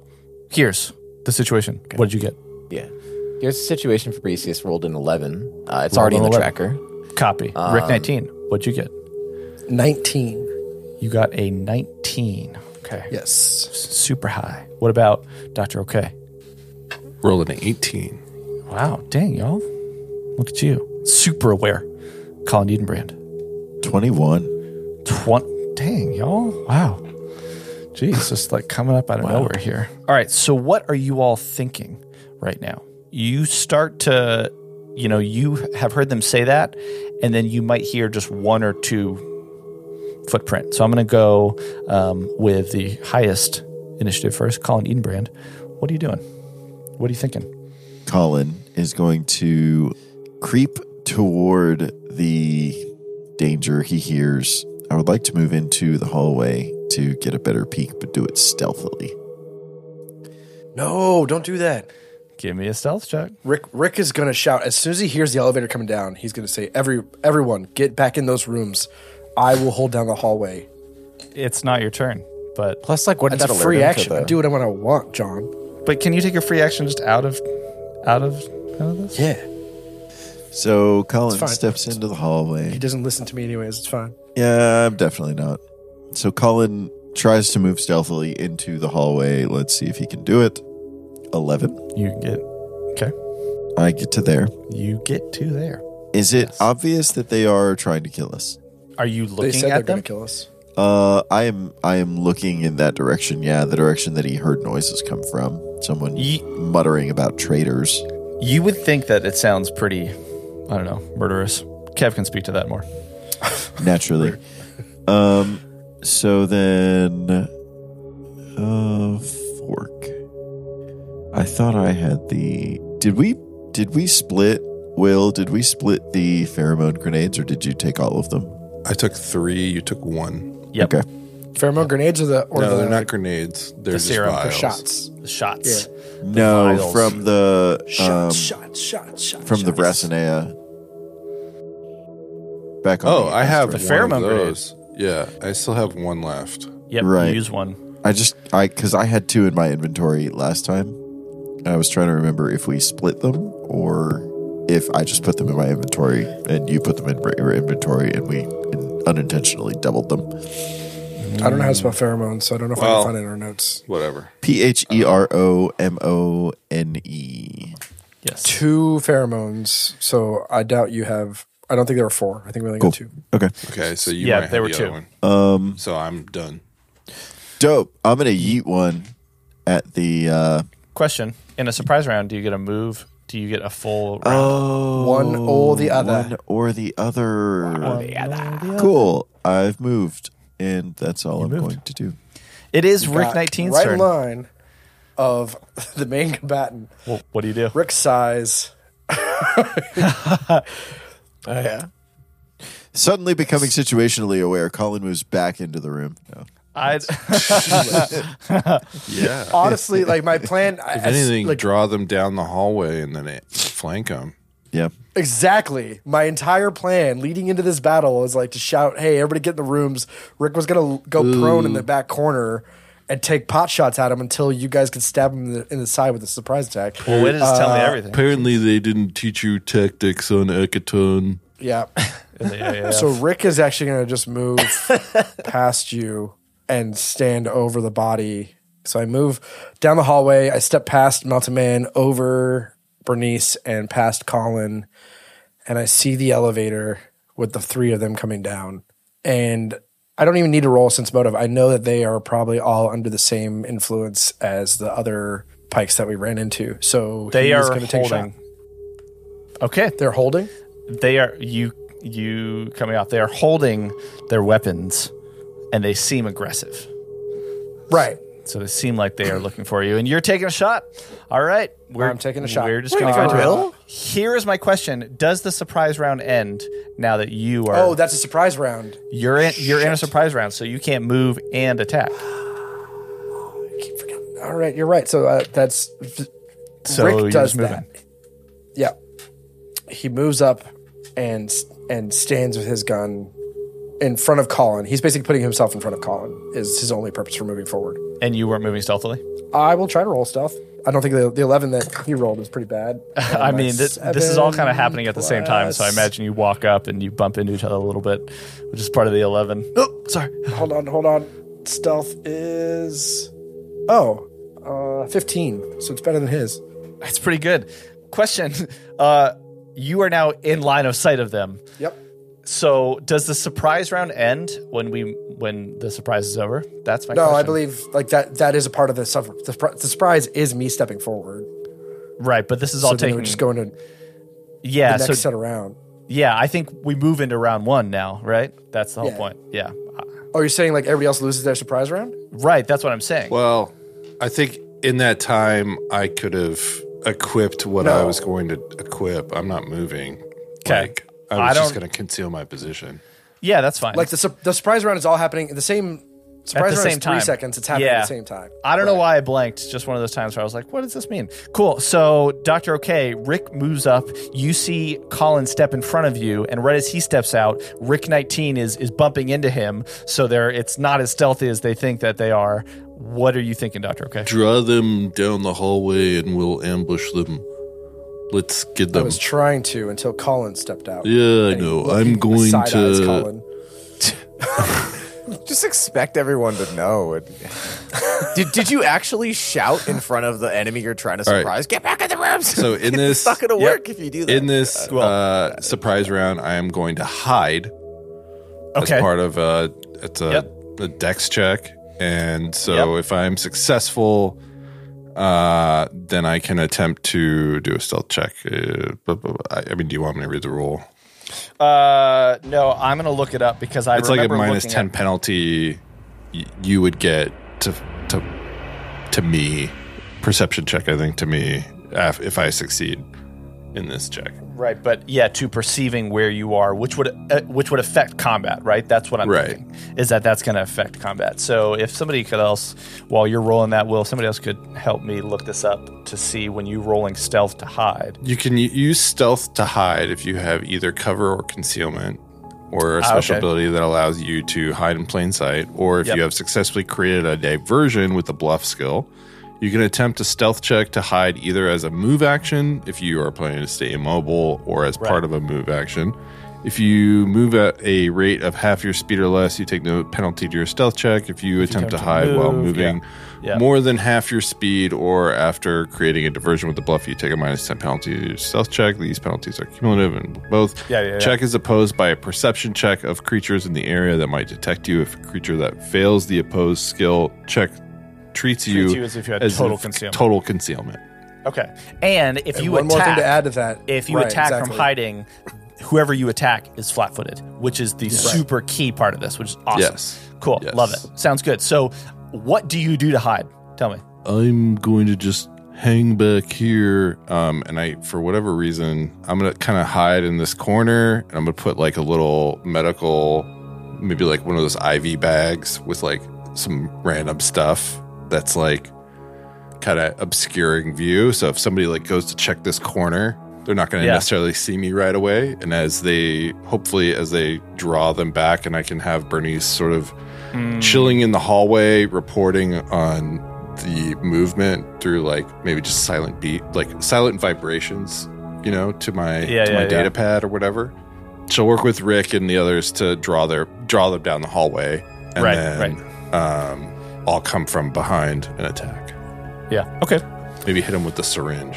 B: here's the situation. What did you get?
D: yeah. Here's the situation. Fabricius rolled an eleven. Uh, it's already in the
B: 11.
D: tracker.
B: Copy. Rick 19. What'd you get?
E: Nineteen.
B: You got a 19. Okay.
E: Yes.
B: Super high. What about Dr. Okay?
F: Rolled an eighteen.
B: Wow. Dang, y'all. Look at you. Super aware. Colin Edenbrand.
C: 21.
B: Twen- Dang, y'all. Wow. Jeez, just like coming up out of nowhere here. All right. So, what are you all thinking right now? You start to, you know, you have heard them say that, and then you might hear just one or two footprint. So, I'm going to go um, with the highest initiative first, Colin Edenbrand. What are you doing? What are you thinking?
C: Colin is going to creep toward the danger he hears. I would like to move into the hallway to get a better peek, but do it stealthily.
E: No, don't do that.
B: Give me a stealth check.
E: Rick Rick is gonna shout as soon as he hears the elevator coming down. He's gonna say, "Every everyone, get back in those rooms. I will hold down the hallway."
B: It's not your turn, but
D: Plus, like, what
E: That's
D: does
E: a
D: that
E: free
D: alert him to,
E: action. I
D: though?
E: do what I want to want, John.
B: but can you take your free action just out of out of out of this?
E: Yeah.
C: So Colin
E: It's fine.
C: steps into the
E: He
C: hallway.
E: doesn't listen to me anyways. It's fine.
C: Yeah, I'm definitely not. So Colin tries to move stealthily into the hallway. Let's see if he can do it. 11.
B: You get okay.
C: I get to there.
B: You get to there.
C: Is it obvious that they are trying to kill us?
B: Are you
E: They
B: looking
E: said they're
B: at
E: gonna
B: them?
E: kill us.
C: Uh, I am I am looking in that direction. Yeah, the direction that he heard noises come from. Someone
B: Ye-
C: muttering about traitors.
B: You would think that it sounds pretty. I don't know, murderous. Kev can speak to that more.
C: Naturally. um. So then, uh, fork. I thought I had the. Did we? Did we split? Will? Did we split the pheromone grenades, or did you take all of them?
F: I took three. You took one.
B: Yep.
C: Okay.
E: Pheromone grenades or the or
F: no,
E: the
F: they're not grenades. They're just
B: serum. They're
F: vials.
E: shots.
B: The shots.
C: No,
B: vials.
C: from the um,
E: Shot, shot, shot, shot.
C: from the
E: shots.
C: Racinea. Back on.
F: Oh,
C: the
F: I have
B: The
F: one
B: pheromone
F: of those. Yeah, I still have one left.
B: Yep,
C: Right.
B: use one.
C: I just I because I had two in my inventory last time. And I was trying to remember if we split them or if I just put them in my inventory and you put them in your inventory and we unintentionally doubled them.
E: I don't know how to spell pheromones, so I don't know if
F: Well-
E: I can find it in our notes.
F: Whatever.
C: P H E R O M O N E.
B: Yes.
E: Two pheromones, so I doubt you have. I don't think there were four. I think we only got two.
C: Okay,
F: Okay, so you
B: Yeah,
F: might
B: there
F: have
B: were
F: the
B: two.
F: other one. Um, so I'm done.
C: dope. I'm gonna yeet one at the. uh
B: Question: In a surprise round, do you get a move? Do you get a full round?
C: Oh,
E: One or the other.
C: One or the other. Cool. I've moved, and that's all I'm going to do.
B: it is Rick
E: Got
B: 19's
E: right
B: turn.
E: in line of the main combatant.
B: Well, what do you do?
E: Rick size.
C: Suddenly becoming situationally aware, Colin moves back into the room. No.
B: I'd,
F: Yeah.
E: Honestly, like my plan.
F: if
E: I- I-
F: anything,
E: like,
F: draw them down the hallway and then it, flank them.
C: Yeah.
E: Exactly. My entire plan leading into this battle was like to shout, "Hey, everybody, get in the rooms." Rick was gonna l- go prone in the back corner and take pot shots at him until you guys could stab him in the, in the side with a surprise attack.
B: well, Wit is telling me everything.
F: Apparently, they didn't teach you tactics on Ekaton.
E: Yeah.
B: in the AAF.
E: So Rick is actually gonna just move past you and stand over the body. So I move down the hallway. I step past Mountain Man, over Bernice, and past Colin, and I see the elevator with the three of them coming down. And I don't even need to roll since motive. I know that they are probably all under the same influence as the other pikes that we ran into. So
B: they
E: he is
B: are
E: gonna take a shot.
B: holding. Okay,
E: They're holding.
B: they are you you coming off. They are holding their weapons, and they seem aggressive.
E: Right.
B: So they seem like they are looking for you, and you're taking a shot. All right, we're,
E: I'm taking a shot.
B: We're just going to go to it. Here is my question: Does the surprise round end now that you are?
E: Oh, that's a surprise round.
B: you're in. You're in a surprise round, so you can't move and attack.
E: All right, you're right. So uh, that's
B: So
E: Rick
B: you're
E: does
B: just moving.
E: that. Yeah, he moves up and and stands with his gun in front of Colin. He's basically putting himself in front of Colin. Is his only purpose for moving forward.
B: and you weren't moving stealthily.
E: I will try to roll stealth. I don't think the, the eleven that he rolled is pretty bad.
B: I mean, this, this is all kind of happening at the same time, so I imagine you walk up and you bump into each other a little bit, which is part of the eleven. Oh, sorry.
E: Hold on, hold on. Stealth is oh. Uh, 15, so it's better than his.
B: That's pretty good. Question: uh, You are now in line of sight of them.
E: Yep.
B: So does the surprise round end when we when the surprise is over? That's my
E: No,
B: question.
E: I believe like that. That is a part of the, suffer- the, surpri- the surprise is me stepping forward.
B: right, but this is all
E: So then
B: taking
E: we're just going to
B: yeah.
E: next
B: So
E: set around.
B: yeah, I think we move into round one now, right? That's the whole
E: Yeah.
B: point. Yeah, Uh,
E: Oh, you're saying like everybody else loses their surprise round?
B: right. That's what I'm saying.
F: Well, I think in that time, I could have equipped what I
E: No.
F: was going to equip. I'm not moving.
B: 'Kay.
F: Like, I
B: I
F: was just
B: don't-
F: going to conceal my position.
B: yeah, that's fine.
E: Like the sur- the surprise round is all happening at the same surprise
B: the
E: round
B: same
E: is three
B: time.
E: seconds. It's happening
B: Yeah.
E: at the same time.
B: I don't know why I blanked. Just one of those times where I was like, what does this mean? Cool. So, Dr. OK, Rick moves up. You see Colin step in front of you. And right as he steps out, Rick 19 is, is bumping into him. So, they're, it's not as stealthy as they think that they are. What are you thinking, Dr. OK?
F: Draw them down the hallway and we'll ambush them. Let's get
E: I
F: them.
E: was trying to until Colin stepped out.
F: yeah, I know. I'm going
E: Side eyes
F: to.
E: Colin.
D: Just expect everyone to know. And- did, did you actually shout in front of the enemy you're trying to
F: right.
D: surprise? Get back in the rooms.
F: So in this,
D: it's not going to
F: Yep.
D: work if you do that.
F: in this uh, surprise round, I am going to hide
B: Okay.
F: as part of a it's a,
B: Yep.
F: a dex check, and so if I'm successful, uh, then I can attempt to do a stealth check. Uh, but, but I, I mean, do you want me to read the rule?
B: Uh, no, I'm going to look it up because I
F: It's like a
B: remember
F: minus
B: looking
F: ten
B: at-
F: penalty y- you would get to to to me perception check. I think to me af- if I succeed in this check.
B: right, but yeah, to perceiving where you are, which would uh, which would affect combat, right? That's what I'm
F: Right.
B: thinking. Is that that's going to affect combat. So if somebody could else, while you're rolling that, will somebody else could help me look this up to see when you rolling stealth to hide?
F: You can u- use stealth to hide if you have either cover or concealment. or a
B: Ah,
F: special
B: okay.
F: ability that allows you to hide in plain sight, or if
B: Yep.
F: you have successfully created a diversion with the bluff skill, you can attempt a stealth check to hide either as a move action if you are planning to stay immobile or as part of a move action. If you move at a rate of half your speed or less, you take no penalty to your stealth check. If you attempt to
B: attempt to
F: hide while
B: move, yeah.
F: moving
B: Yeah.
F: more than half your speed or after creating a diversion with the bluff, you take a minus 10 penalty to your stealth check. These penalties are cumulative and both.
B: Yeah, yeah, yeah.
F: check is opposed by a perception check of creatures in the area that might detect you. If a creature that fails the opposed skill check treats you,
B: you as if you had total concealment.
F: total concealment.
B: Okay. And if
E: And
B: you
E: one
B: attack,
E: more thing to add to that.
B: if you
E: Right,
B: attack
E: exactly.
B: from hiding, whoever you attack is flat-footed, which is the super key part of this, which is awesome.
F: Yes.
B: Cool.
F: Yes.
B: Love it. Sounds good. So, what do you do to hide? Tell me.
F: I'm going to just hang back here. Um, and I, for whatever reason, I'm going to kind of hide in this corner and I'm going to put like a little medical, maybe like one of those IV bags with like some random stuff that's like kind of obscuring view. So if somebody like goes to check this corner, they're not going to
B: Yeah.
F: necessarily see me right away. And as they, hopefully, as they draw them back, and I can have Bernice sort of
B: Hmm.
F: chilling in the hallway, reporting on the movement through like maybe just silent beat, like silent vibrations, you know, to my
B: Yeah,
F: to
B: yeah,
F: my
B: yeah.
F: data pad or whatever. She'll work with Rick and the others to draw their draw them down the hallway, and
B: Right,
F: then Um, I'll come from behind and attack.
B: Yeah. Okay.
F: Maybe hit him with the syringe.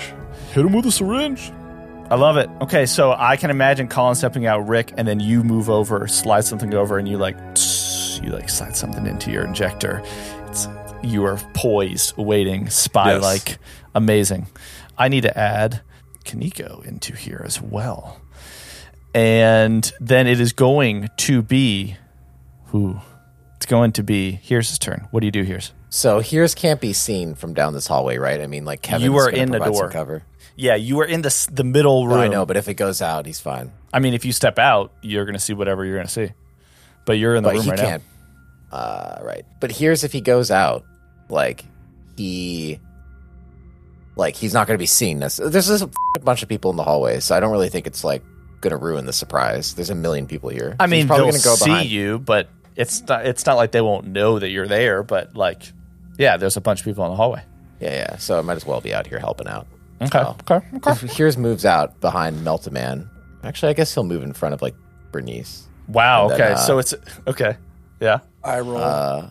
B: Hit him with a syringe. I love it. Okay, so I can imagine Colin stepping out, Rick, and then you move over, slide something over, and you like, tss, you like slide something into your injector. It's you are poised, waiting, spy like, amazing. I need to add Kaneko into here as well, and then it is going to be, who? It's going to be. Here's his turn. What do you do, Here's?
D: So here's can't be seen from down this hallway, right? I mean, like Kevin,
B: You are in the door.
D: cover.
B: Yeah, you are in the s- the middle room.
D: I know, but if it goes out, he's fine.
B: I mean, if you step out, you're going to see whatever you're going to see. But you're in the
D: but
B: room
D: he
B: right
D: can't. Uh, right. But here's if he goes out, like he, like he's not going to be seen. This- There's this bunch of people in the hallway, so I don't really think it's like going to ruin the surprise. There's a million people here.
B: now. I
D: So he's
B: mean,
D: probably
B: they'll
D: going to go
B: see
D: behind.
B: you, but it's not. It's not like they won't know that you're there. But like, yeah, there's a bunch of people in the hallway.
D: Yeah, yeah. So I might as well be out here helping out.
B: Okay,
D: Oh.
B: okay, okay.
D: If Here's moves out behind Meltaman. Actually, I guess he'll move in front of like Bernice.
B: Wow. Okay,
D: then, uh,
B: so it's okay. Yeah.
E: I roll.
B: Uh,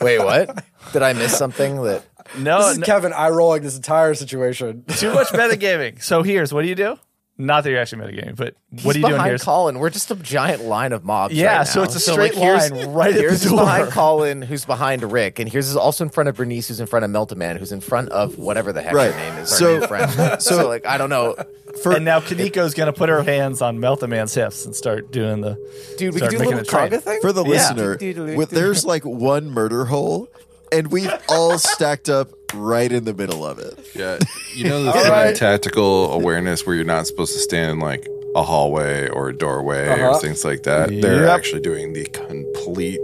D: Wait, what? Did I miss something that?
B: No,
E: this is Kevin. I rolling this entire situation.
B: too much metagaming. So here's what do you do? Not that you're actually metagaming, but what are
D: He's
B: you doing
D: behind
B: here?
D: Colin? We're just a giant line of mobs.
B: Yeah,
D: right
B: so
D: now.
B: it's a straight
D: here's-
B: line right at the
D: here's
B: door.
D: behind Colin, who's behind Rick, and here's is also in front of Bernice, who's in front of Meltaman, who's in front of whatever the heck
C: Right.
D: her name is, her
C: So-
D: new friend. So, like, I don't know,
C: For,
B: and now Kaneko's going to put her hands on Melthaman's hips and start doing the.
D: dude. We
B: Start
D: can do a
B: making
D: little
B: a train.
D: conga thing.
C: for the
B: Yeah.
C: listener, with, there's like one murder hole, and we've all stacked up right in the middle of it.
F: Yeah, you know the thing in tactical awareness where you're not supposed to stand in like a hallway or a doorway
D: Uh-huh.
F: or things like that. They're actually doing the complete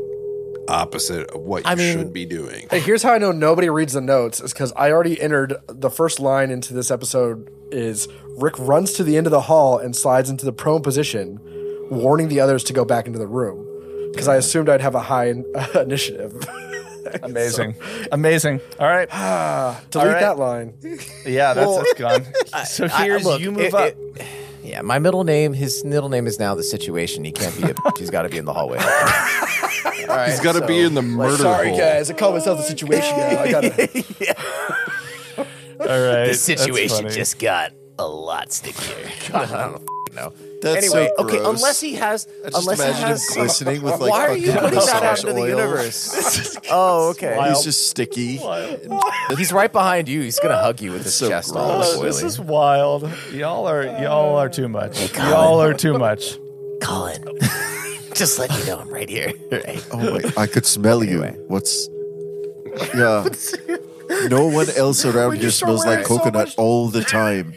F: opposite of what you
D: I mean-
F: should be doing.
E: Hey, here's how I know nobody reads the notes is because I already entered the first line into this episode is Rick runs to the end of the hall and slides into the prone position, warning the others to go back into the room. Because I assumed I'd have a high in, initiative.
B: Amazing, amazing. All right,
E: Delete
B: right.
E: that line.
B: yeah, that's, that's gone. So
D: I- I-
B: here's
D: look,
B: you move
D: it-
B: up.
D: it- yeah, my middle name, his middle name is now the situation. He can't be. A, he's got to be in the hallway. All right,
F: He's got to
D: so-
F: be in the murder
E: Sorry,
F: hole.
E: guys. I call myself the situation now. I gotta,
B: All right.
D: The
B: that's
D: situation
B: funny.
D: just got a lot stickier. God, I don't know.
C: That's
D: anyway,
C: so
D: okay,
C: gross.
D: unless he has,
C: I just
D: unless he
C: imagine him
D: has.
C: glistening with like
D: Why are you
C: fucking
D: putting that out
C: massage
D: into the
C: oil.
D: universe? oh, okay.
C: He's just sticky.
D: He's right behind you. He's gonna hug you with his
C: So
D: chest all
C: gross.
B: Oh,
D: oily.
B: this is wild. Y'all are y'all are too much. Y'all are too much.
D: Colin. Just let you know I'm right here. Right.
C: Oh my! I could smell you. What's? Yeah. No one else around here smells like coconut all the time.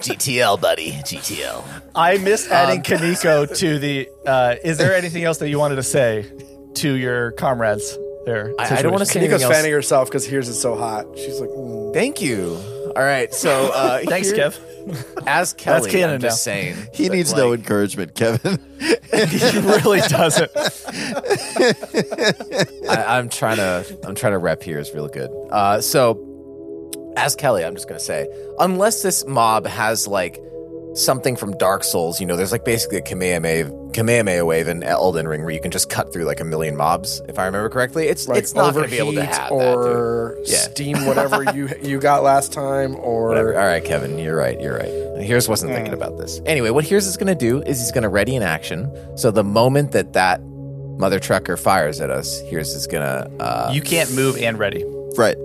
D: GTL, buddy. GTL.
B: I miss adding Kaneko to the. Uh, is there anything else that you wanted to say to your comrades there?
D: I, I don't want to say anything
E: Nico's
D: else.
E: fanning herself because here's is so hot. She's like, mm.
D: Thank you. All right, so uh,
B: Thanks,
D: here-
B: Kev.
D: As Kelly,
B: canon
D: I'm just
B: now.
D: saying.
C: He
D: that,
C: needs no
D: like,
C: encouragement, Kevin.
B: he really doesn't.
D: I, I'm trying to I'm trying to rep here is real good. Uh, so, as Kelly, I'm just gonna say, unless this mob has like something from Dark Souls, you know, there's like basically a Kamehameha Kamehameha wave in Elden Ring where you can just cut through like a million mobs. If I remember correctly, it's
E: Like
D: it's not gonna be able to
E: overheat
D: have that. dude.
E: or
D: Yeah.
E: steam whatever you you got last time or
D: Whatever. All right, Kevin, you're right. You're right. Here's wasn't thinking
E: Hmm.
D: about this. Anyway, what Here's is going to do is he's going to ready an action. So the moment that that mother trucker fires at us, Here's is going to uh,
B: You can't move and ready.
C: right.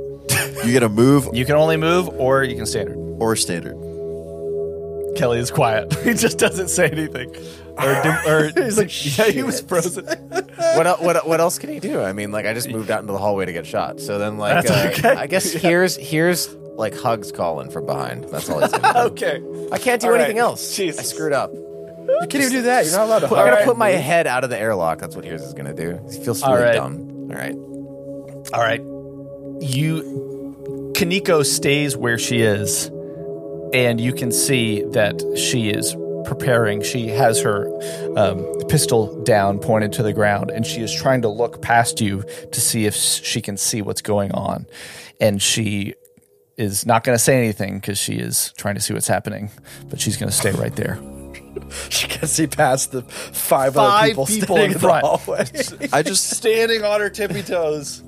C: You get a move
B: You can only move or you can standard.
C: or standard.
B: Kelly is quiet. he just doesn't say anything. Or, do- or he's like, yeah, he was frozen.
D: what, el- what what else can he do? I mean, like I just moved out into the hallway to get shot. So then, like,
B: That's
D: uh,
B: okay.
D: I guess here's here's like hugs calling from behind. That's all he's gonna
B: okay.
D: do. I can't do
B: All right.
D: anything else.
B: Jesus.
D: I screwed up. I'm
E: you can't even do that. You're not allowed to.
D: gonna
E: hide.
D: put my head out of the airlock. That's what yours is gonna do. He feels
B: All
D: really
B: right.
D: dumb. All right.
B: All right. You, Kaneko stays where she is, and you can see that she is preparing. She has her um, pistol down, pointed to the ground, and she is trying to look past you to see if s- she can see what's going on. And she is not going to say anything because she is trying to see what's happening, but she's going to stay right there.
E: She can't see past the five,
B: Five
E: other people,
B: people
E: standing
B: in
E: in
B: front.
E: the hallway.
C: I just
B: Standing on her tippy toes,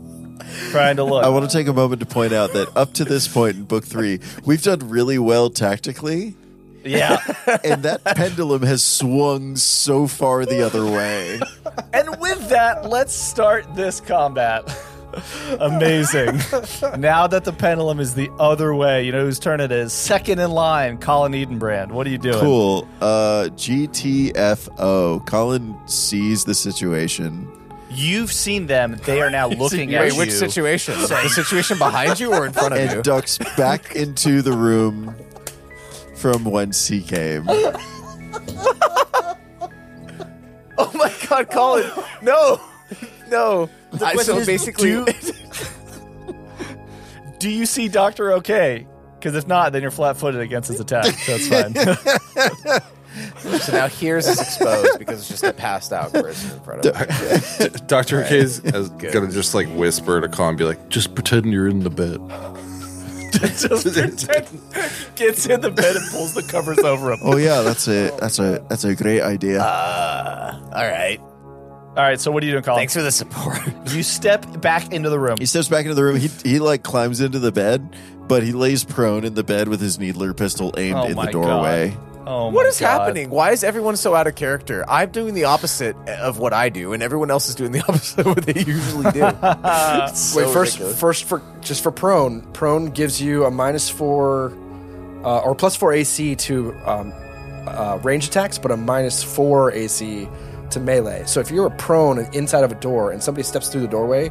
B: trying to
E: Oh.
B: look.
C: I want to take a moment to point out that up to this point in book three, we've done really well tactically,
B: yeah.
C: and that pendulum has swung so far the other way.
B: And with that, let's start this combat. Amazing. now that the pendulum is the other way, you know whose turn it is. Second in line, Colin Edenbrand. What are you doing?
C: Cool. Uh, GTFO. Colin sees the situation.
B: You've seen them. They are now looking at
D: Wait,
B: you.
D: which situation? the situation behind you or in front of you?
C: and ducks back into the room from whence he came.
D: oh my God, Colin! No, no. I, so basically,
B: Do you see Doctor OK? Because if not, then you're flat-footed against his attack. So it's fine.
D: so now here's is exposed because it's just a passed out person in front of him.
F: Dr. K is going to just like whisper to Colin, be like, just pretend you're in the bed.
B: Just pretend- gets in the bed and pulls the covers over him.
C: Oh yeah, that's a that's a that's a great idea.
D: All right.
B: All right. So what are you doing, Colin?
D: Thanks for the support.
B: You step back into the room.
C: he steps back into the room. He he like climbs into the bed, but he lays prone in the bed with his needler pistol aimed
B: Oh
C: in the
B: my
C: doorway.
B: Oh,
D: What
B: my
D: is
B: God.
D: happening? Why is everyone so out of character? I'm doing the opposite of what I do, and everyone else is doing the opposite of what they usually do. It's so
E: Wait, first,
D: ridiculous.
E: first for just for prone. Prone gives you a minus four uh, or plus four AC to um, uh, range attacks, but a minus four AC to melee. So if you're prone and inside of a door and somebody steps through the doorway,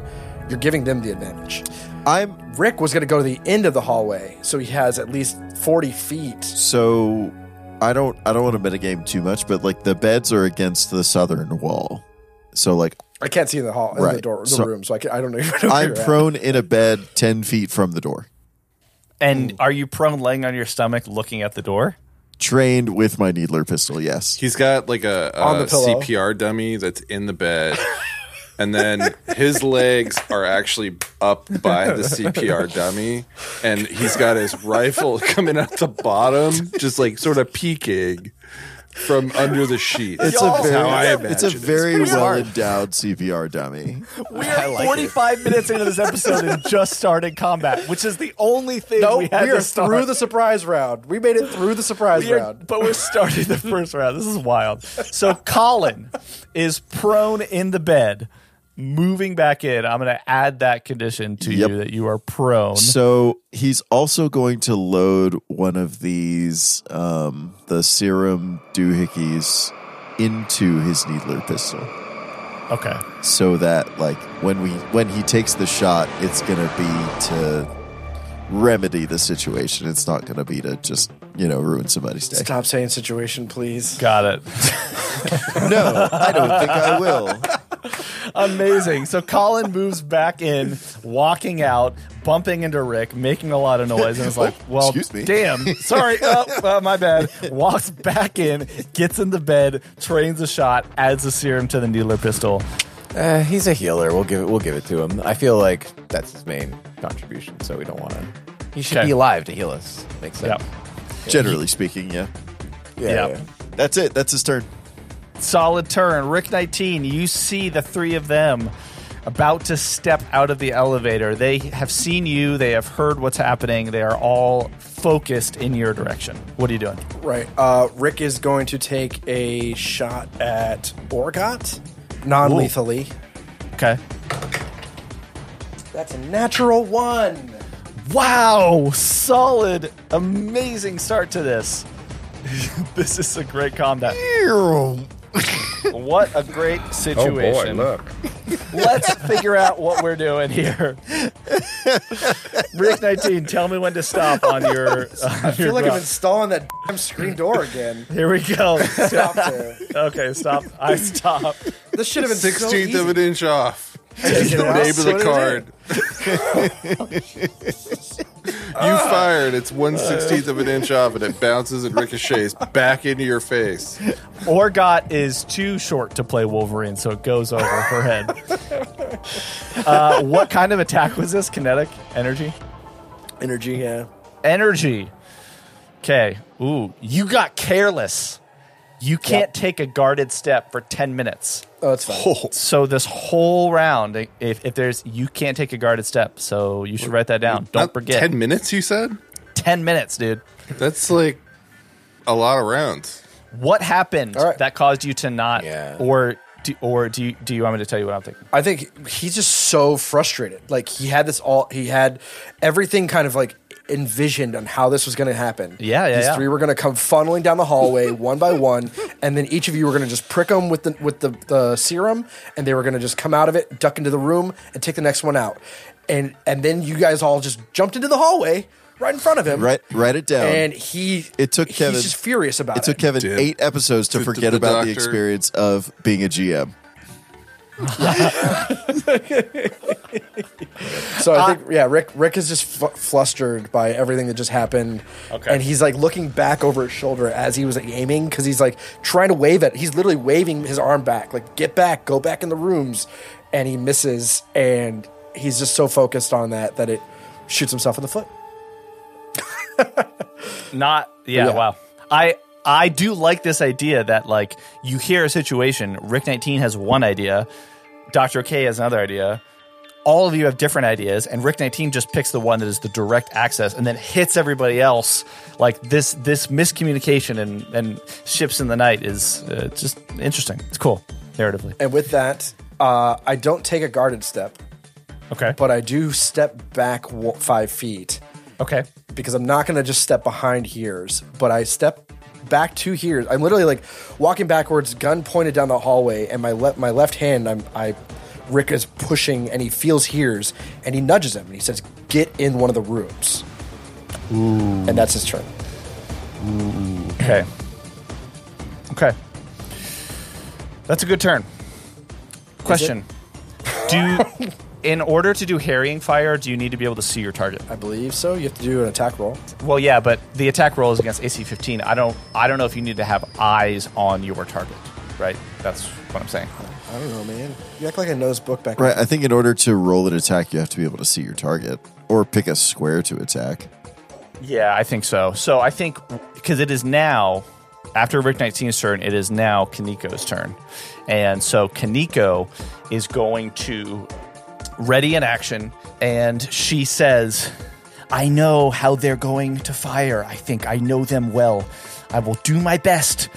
E: you're giving them the advantage.
C: I'm
E: Rick was going to go to the end of the hallway, so he has at least forty feet.
C: so I don't I don't want to metagame too much, but like the beds are against the southern wall. So like
E: I can't see in the hall, in the
C: Right.
E: door, the
C: So-
E: room, so I, can, I don't even know. where
C: I'm
E: you're at.
C: prone in a bed ten feet from the door.
B: And are you prone, laying on your stomach, looking at the door?
C: Trained with my needler pistol, yes.
F: He's got like a, a
E: On the pillow.
F: CPR dummy that's in the bed. And then his legs are actually up by the CPR dummy. And he's got his rifle coming out the bottom, just like sort of peeking from under the sheet.
C: It's
F: That's
C: a very,
F: how I
C: it's a
F: imagine it.
C: very well endowed CPR dummy.
B: We are 45 minutes into this episode and just started combat, which is the only thing
E: No,
B: we
E: we,
B: had
E: are
B: to start.
E: through the surprise round. We made it through the surprise
B: We are-
E: round.
B: but we're starting the first round. This is wild. So Colin is prone in the bed, moving back in. I'm going to add that condition to
C: Yep.
B: you that you are prone.
C: So he's also going to load one of these, um, the serum doohickeys, into his needler pistol,
B: Okay.
C: so that like when we when he takes the shot, it's gonna be to remedy the situation. It's not gonna be to just you know ruin somebody's day.
E: Stop saying situation, please.
B: Got it.
C: No, I don't think I will.
B: Amazing. So Colin moves back in, walking out, bumping into Rick, making a lot of noise, and was like, "Well,
C: excuse me."
B: damn, sorry, oh, uh, my bad." Walks back in, gets in the bed, trains a shot, adds a serum to the needler pistol.
D: Uh, he's a healer. We'll give it. We'll give it to him. I feel like that's his main contribution. So we don't want to. He should
B: Okay.
D: be alive to heal us. Makes sense.
B: Yep.
C: Generally speaking, yeah.
D: Yeah.
B: Yep.
C: That's it. That's his turn.
B: Solid turn. Rick 19, you see the three of them about to step out of the elevator. They have seen you, they have heard what's happening, they are all focused in your direction. What are you doing?
E: Right. Uh, Rick is going to take a shot at Orgot non lethally.
B: Okay.
E: That's a natural one.
B: Wow, solid, amazing start to this. this is a great combat. what a great
I: Oh boy,
B: situation.
I: look.
B: Let's figure out what we're doing here. Rick 19, tell me when to stop on your. I
E: I feel like I'm installing that damn screen door again.
B: Here we go.
E: Stop there.
B: Okay, stop. I stop.
E: This should have been so
A: Sixteenth
E: easy.
A: of an inch off. Is the
E: it out.
A: name of
E: That's what
A: the
E: it
A: card. you fired. It's one sixteenth of an inch off, and it bounces and ricochets back into your face.
B: Orgot is too short to play Wolverine, so it goes over her head. Uh, what kind of attack was this? Kinetic energy?
E: Energy, yeah.
B: Energy. Okay. Ooh, you got careless. You can't take a guarded step for 10 minutes.
E: Oh, it's fine.
B: So this whole round, if, if there's, you can't take a guarded step. So you should write that down. Don't
A: Not
B: forget.
A: Ten minutes, you said.
B: 10 minutes, dude.
A: That's like a lot of rounds.
B: What happened
E: All right.
B: that caused you to not,
D: Yeah.
B: or do, or do you, do you want me to tell you what I'm thinking?
E: I think he's just so frustrated. Like he had this all he had everything kind of like envisioned on how this was going to happen.
B: Yeah, yeah,
E: These
B: yeah.
E: three were going to come funneling down the hallway one by one, and then each of you were going to just prick them with the with the, the serum, and they were going to just come out of it, duck into the room, and take the next one out. And and then you guys all just jumped into the hallway right in front of him.
C: Write write it down.
E: And he
C: It took Kevin-
E: He's just furious about it.
C: it took Kevin
A: Did-
C: eight episodes to
A: did
C: forget
A: the
C: about
A: doctor-
C: the experience of being a GM.
E: So I think yeah, Rick Rick is just f- flustered by everything that just happened,
B: Okay.
E: and he's like looking back over his shoulder as he was aiming because he's like trying to wave it. He's literally waving his arm back, like get back, go back in the rooms, and he misses, and he's just so focused on that that it shoots himself in the foot.
B: Not yeah,
E: Yeah.
B: Wow. I I do like this idea that like you hear a situation. Rick nineteen has one idea. Doctor K has another idea. All of you have different ideas, and Rick nineteen just picks the one that is the direct access, and then hits everybody else. Like this this miscommunication and and ships in the night is uh, just interesting. It's cool narratively.
E: And with that, uh, I don't take a guarded step,
B: Okay.
E: but I do step back w- five feet.
B: Okay.
E: because I'm not going to just step behind here's, but I step back two here's. I'm literally like walking backwards, gun pointed down the hallway, and my left my left hand, I'm I Rick is pushing, and he feels here's, and he nudges him, and he says, "Get in one of the rooms." And that's his turn.
B: Okay. Okay. That's a good turn. Question. Do in order to do harrying fire, do you need to be able to see your target?
E: I believe so. You have to do an attack roll.
B: Well, yeah, but the attack roll is against AC 15. I don't I don't know if you need to have eyes on your target, right? That's what I'm saying.
E: I don't know, man. You act like I know this book back.
C: Right. I think in order to roll an attack, you have to be able to see your target or pick a square to attack.
B: Yeah, I think so. So I think because it is now after Rick 19's turn, it is now Kaniko's turn, and so Kaniko is going to ready in action, and she says, "I know how they're going to fire. I think I know them well. I will do my best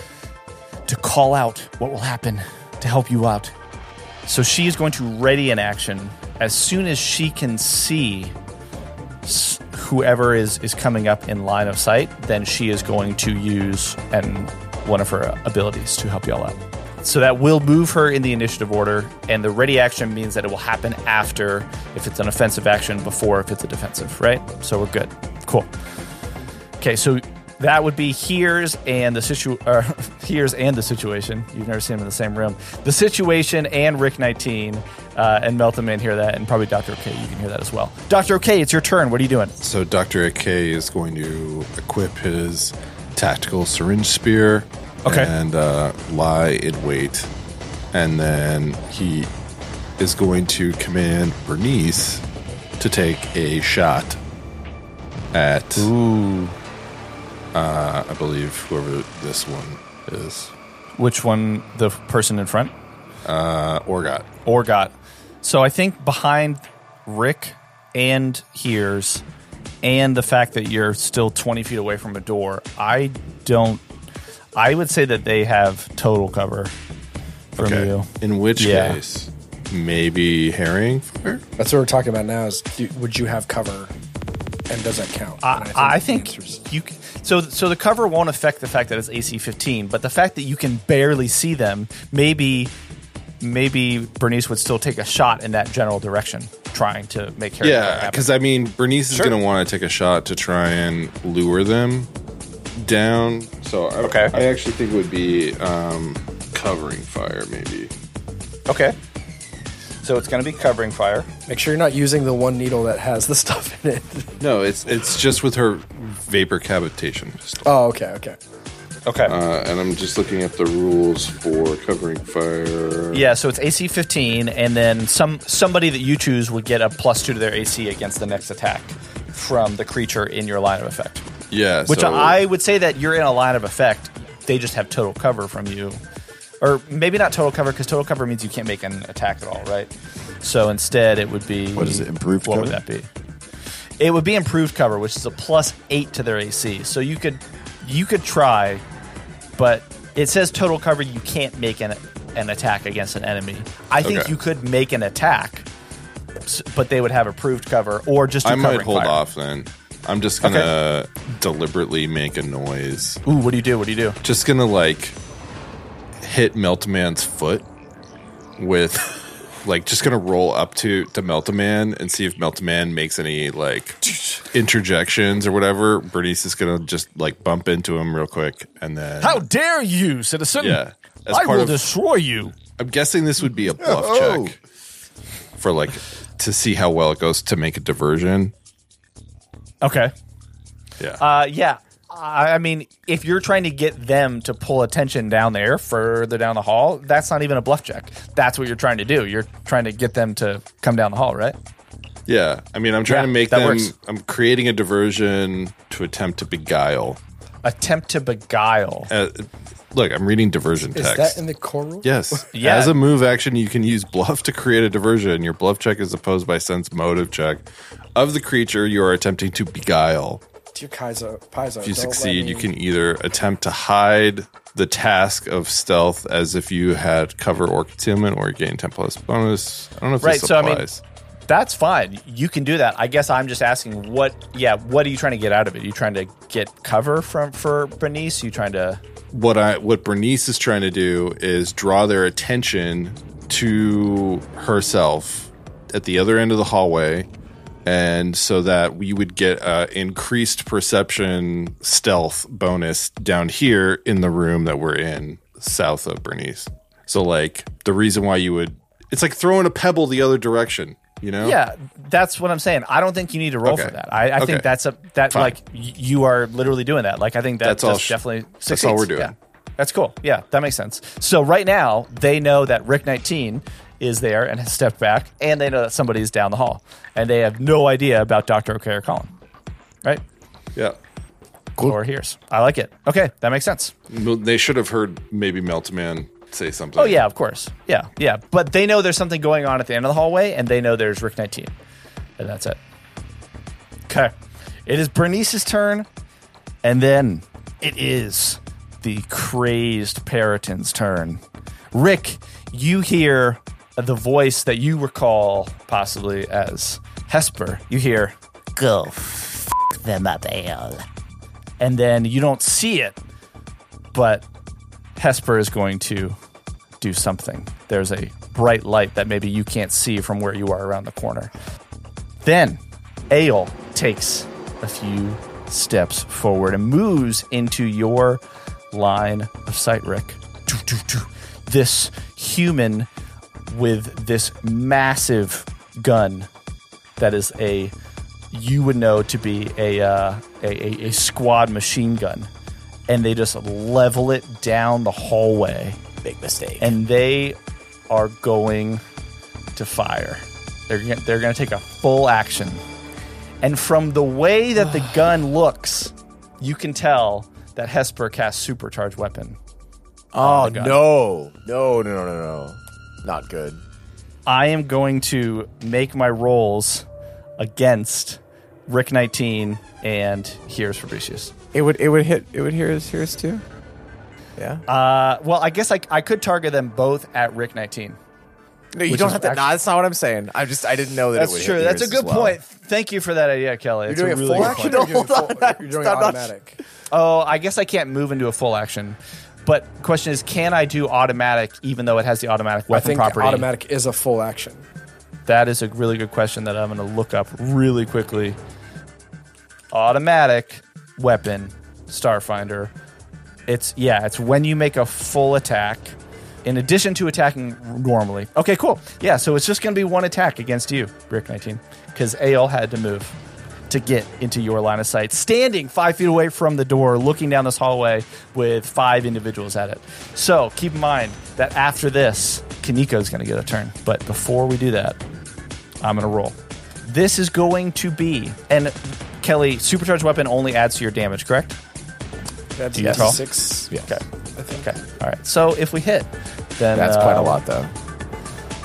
B: to call out what will happen to help you out." So she is going to ready in action as soon as she can see whoever is is coming up in line of sight, then she is going to use and one of her abilities to help y'all out. So that will move her in the initiative order, and the ready action means that it will happen after if it's an offensive action, before if it's a defensive, right? So we're good. Cool. Okay, so That would be here's and the situ or here's and the situation. You've never seen them in the same room. The situation and Rick 19 uh, and Meltaman hear that, and probably Doctor K. You can hear that as well. Doctor K, it's your turn. What are you doing?
F: So Dr. K is going to equip his tactical syringe spear
B: Okay.
F: and uh, lie in wait. And then he is going to command Bernice to take a shot at, Uh, I believe, whoever this one is.
B: Which one? The person in front.
F: Uh, Orgot.
B: or got. So I think behind Rick and hears and the fact that you're still 20 feet away from a door, I don't. I would say that they have total cover from you.
F: In which
B: Yeah.
F: case, maybe herring fire?
E: That's what we're talking about now. Is do, would you have cover, and does that count? And
B: I, I think,
E: the answer is-
B: you. c- So so the cover won't affect the fact that it's AC 15, but the fact that you can barely see them, maybe maybe Bernice would still take a shot in that general direction, trying to make Harry.
F: Yeah, because I mean, Bernice is going to want to take a shot to try and lure them down. So I,
B: Okay.
F: I actually think it would be um, covering fire, maybe.
B: okay. So it's going to be covering fire.
E: Make sure you're not using the one needle that has the stuff in it.
F: No, it's it's just with her vapor cavitation pistol.
E: Oh, okay, okay.
B: Okay.
F: Uh, and I'm just looking at the rules for covering fire.
B: Yeah, so it's AC 15, and then some somebody that you choose would get a plus two to their AC against the next attack from the creature in your line of effect.
F: yeah.
B: Which
F: so-
B: I would say that you're in a line of effect. They just have total cover from you, or maybe not total cover because total cover means you can't make an attack at all, right? So instead, it would be
C: What is it, improved
B: What would
C: cover?
B: that be? It would be improved cover, which is a plus eight to their AC. So you could you could try, but it says total cover. You can't make an an attack against an enemy. I think
F: Okay.
B: you could make an attack, s- but they would have approved cover or just. do
F: I might
B: covering
F: hold
B: fire.
F: off then. I'm just gonna deliberately make a noise.
B: Ooh, what do you do? What do you do?
F: just gonna like hit Meltman's foot with like just gonna roll up to to Meltman and see if Meltman makes any like interjections or whatever. Bernice is gonna just like bump into him real quick and then
G: How dare you, citizen?
F: yeah. As
G: I
F: part
G: will
F: of,
G: destroy you.
F: I'm guessing this would be a bluff
C: Oh.
F: check for like to see how well it goes to make a diversion.
B: Okay.
F: Yeah.
B: Uh, yeah. I I mean, if you're trying to get them to pull attention down there further down the hall, that's not even a bluff check. That's what you're trying to do. You're trying to get them to come down the hall, right?
F: yeah. I mean, I'm trying
B: yeah,
F: to make
B: that
F: them.
B: works.
F: I'm creating a diversion to attempt to beguile.
B: Attempt to beguile.
F: uh, look, I'm reading diversion
E: Is
F: text.
E: that in the core rule?
F: yes.
B: Yeah.
F: As a move action, you can use bluff to create a diversion. Your bluff check is opposed by sense motive check of the creature you are attempting to beguile.
E: Dear Kaizo, Paizo,
F: If you succeed, you can either attempt to hide the task of stealth as if you had cover or concealment, or gain 10 plus bonus. I don't know if
B: Right,
F: this
B: so I mean-
F: applies.
B: That's fine. You can do that. I guess I'm just asking what, yeah, what are you trying to get out of it? you trying to get cover from for Bernice? you trying to,
F: what I what Bernice is trying to do is draw their attention to herself at the other end of the hallway, and so that we would get uh, increased perception stealth bonus down here in the room that we're in south of Bernice. So like the reason why you would it's like throwing a pebble the other direction, you know?
B: yeah, that's what I'm saying. I don't think you need to roll
F: Okay.
B: for that. I, I
F: Okay.
B: think that's a, that
F: Fine.
B: like y- you are literally doing that. Like I think that,
F: That's
B: that's,
F: all sh-
B: definitely succeeds.
F: that's all we're doing.
B: Yeah. That's cool. Yeah, that makes sense. So right now they know that Rick 19 is there and has stepped back, and they know that somebody's down the hall, and they have no idea about Doctor O'Kay or Colin, right?
F: Yeah.
B: Or hears. I like it. Okay, that makes sense.
F: Well, They should have heard maybe Meltman say something.
B: Oh yeah, of course. Yeah, yeah. But they know there's something going on at the end of the hallway, and they know there's Rick 19, and that's it. Okay, it is Bernice's turn, and then it is the crazed Periton's turn. Rick, you hear the voice that you recall possibly as Hesper. You hear,
I: Go f- them up, ale.
B: and then you don't see it, but Hesper is going to do something. There's a bright light that maybe you can't see from where you are around the corner. Then Ale takes a few steps forward and moves into your line of sight, Rick. Doo, doo, doo. This human with this massive gun that is a you would know to be a, uh, a, a a squad machine gun, and they just level it down the hallway,
I: Big mistake.
B: and they are going to fire. They're gonna, they're going to take a full action, and from the way that the gun looks, you can tell that Hesper casts supercharged weapon.
D: Oh,
B: God.
D: no. No, no, no, no, no. Not good.
B: I am going to make my rolls against Rick 19 and here's Fabricius.
H: It would it would hit it would hear us hear us too. Yeah.
B: Uh, well, I guess I, I could target them both at Rick 19.
D: No, you
B: Which
D: don't
B: is
D: have to.
B: act-
D: nah, that's not what I'm saying. I just I didn't know that. it
B: That's
D: would
B: true.
D: Hit
B: That's a
D: yours as
B: good
D: well.
B: point. Thank you for that idea, Kelly. It's
E: You're
B: a
E: doing
B: really
E: a full
B: good point.
E: action. or you're doing
D: Hold
E: full-
D: on,
E: You're doing
D: I'm not-
E: automatic.
B: Oh, I guess I can't move into a full action. But question is, can I do automatic even though it has the automatic
E: I
B: weapon
E: think
B: property?
E: automatic is a full action.
B: That is a really good question that I'm going to look up really quickly. Automatic weapon, Starfinder. It's, yeah, it's when you make a full attack in addition to attacking normally. Okay, cool. Yeah, so it's just going to be one attack against you, Rick 19, because AL had to move to get into your line of sight, standing five feet away from the door, looking down this hallway with five individuals at it. So keep in mind that after this, Kaniko's going to get a turn. But before we do that, I'm going to roll. This is going to be, and Kelly, supercharged weapon only adds to your damage, correct?
E: That's
B: you control?
E: six.
D: Yeah.
B: Okay. Okay. All right. So if we hit, then
D: That's quite a
B: um,
D: lot, though.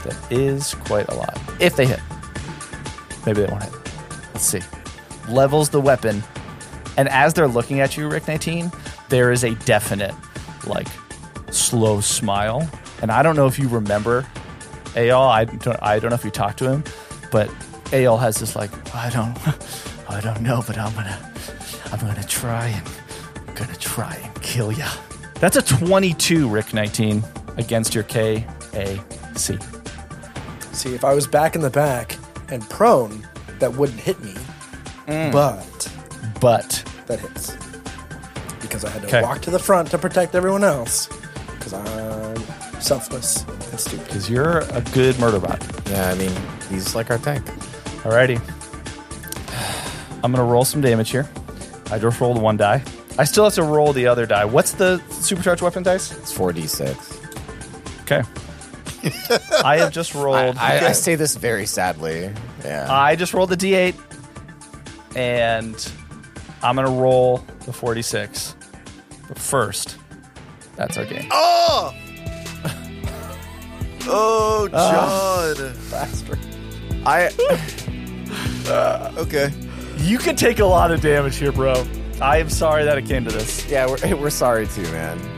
B: that is quite a lot. If they hit. Maybe they won't hit. Let's see. Levels the weapon. And as they're looking at you, Rick 19, there is a definite, like, slow smile. And I don't know if you remember Al. I don't, I don't know if you talked to him, but Al has this, like, I don't, I don't know, but I'm gonna, I'm gonna try and, I'm gonna try and kill ya. That's a 22, Rick 19, against your KAC.
E: See, if I was back in the back and prone, that wouldn't hit me. But
B: but
E: that hits because I had to
B: Okay.
E: walk to the front to protect everyone else because I'm selfless and stupid.
B: because you're a good murder bot.
D: Yeah, I mean, he's like our tank.
B: Alrighty. I'm gonna roll some damage here. I just rolled one die. I still have to roll the other die. What's the supercharged weapon dice?
D: It's 4d6.
B: Okay. I have just
D: I,
B: rolled.
D: I, I say this very sadly. Yeah.
B: I just rolled the d8, and I'm gonna roll the 46. But first, that's our game.
C: Oh, John.
D: I,
C: okay.
B: You can take a lot of damage here, bro. I am sorry that it came to this.
D: yeah, we're, we're sorry too, man.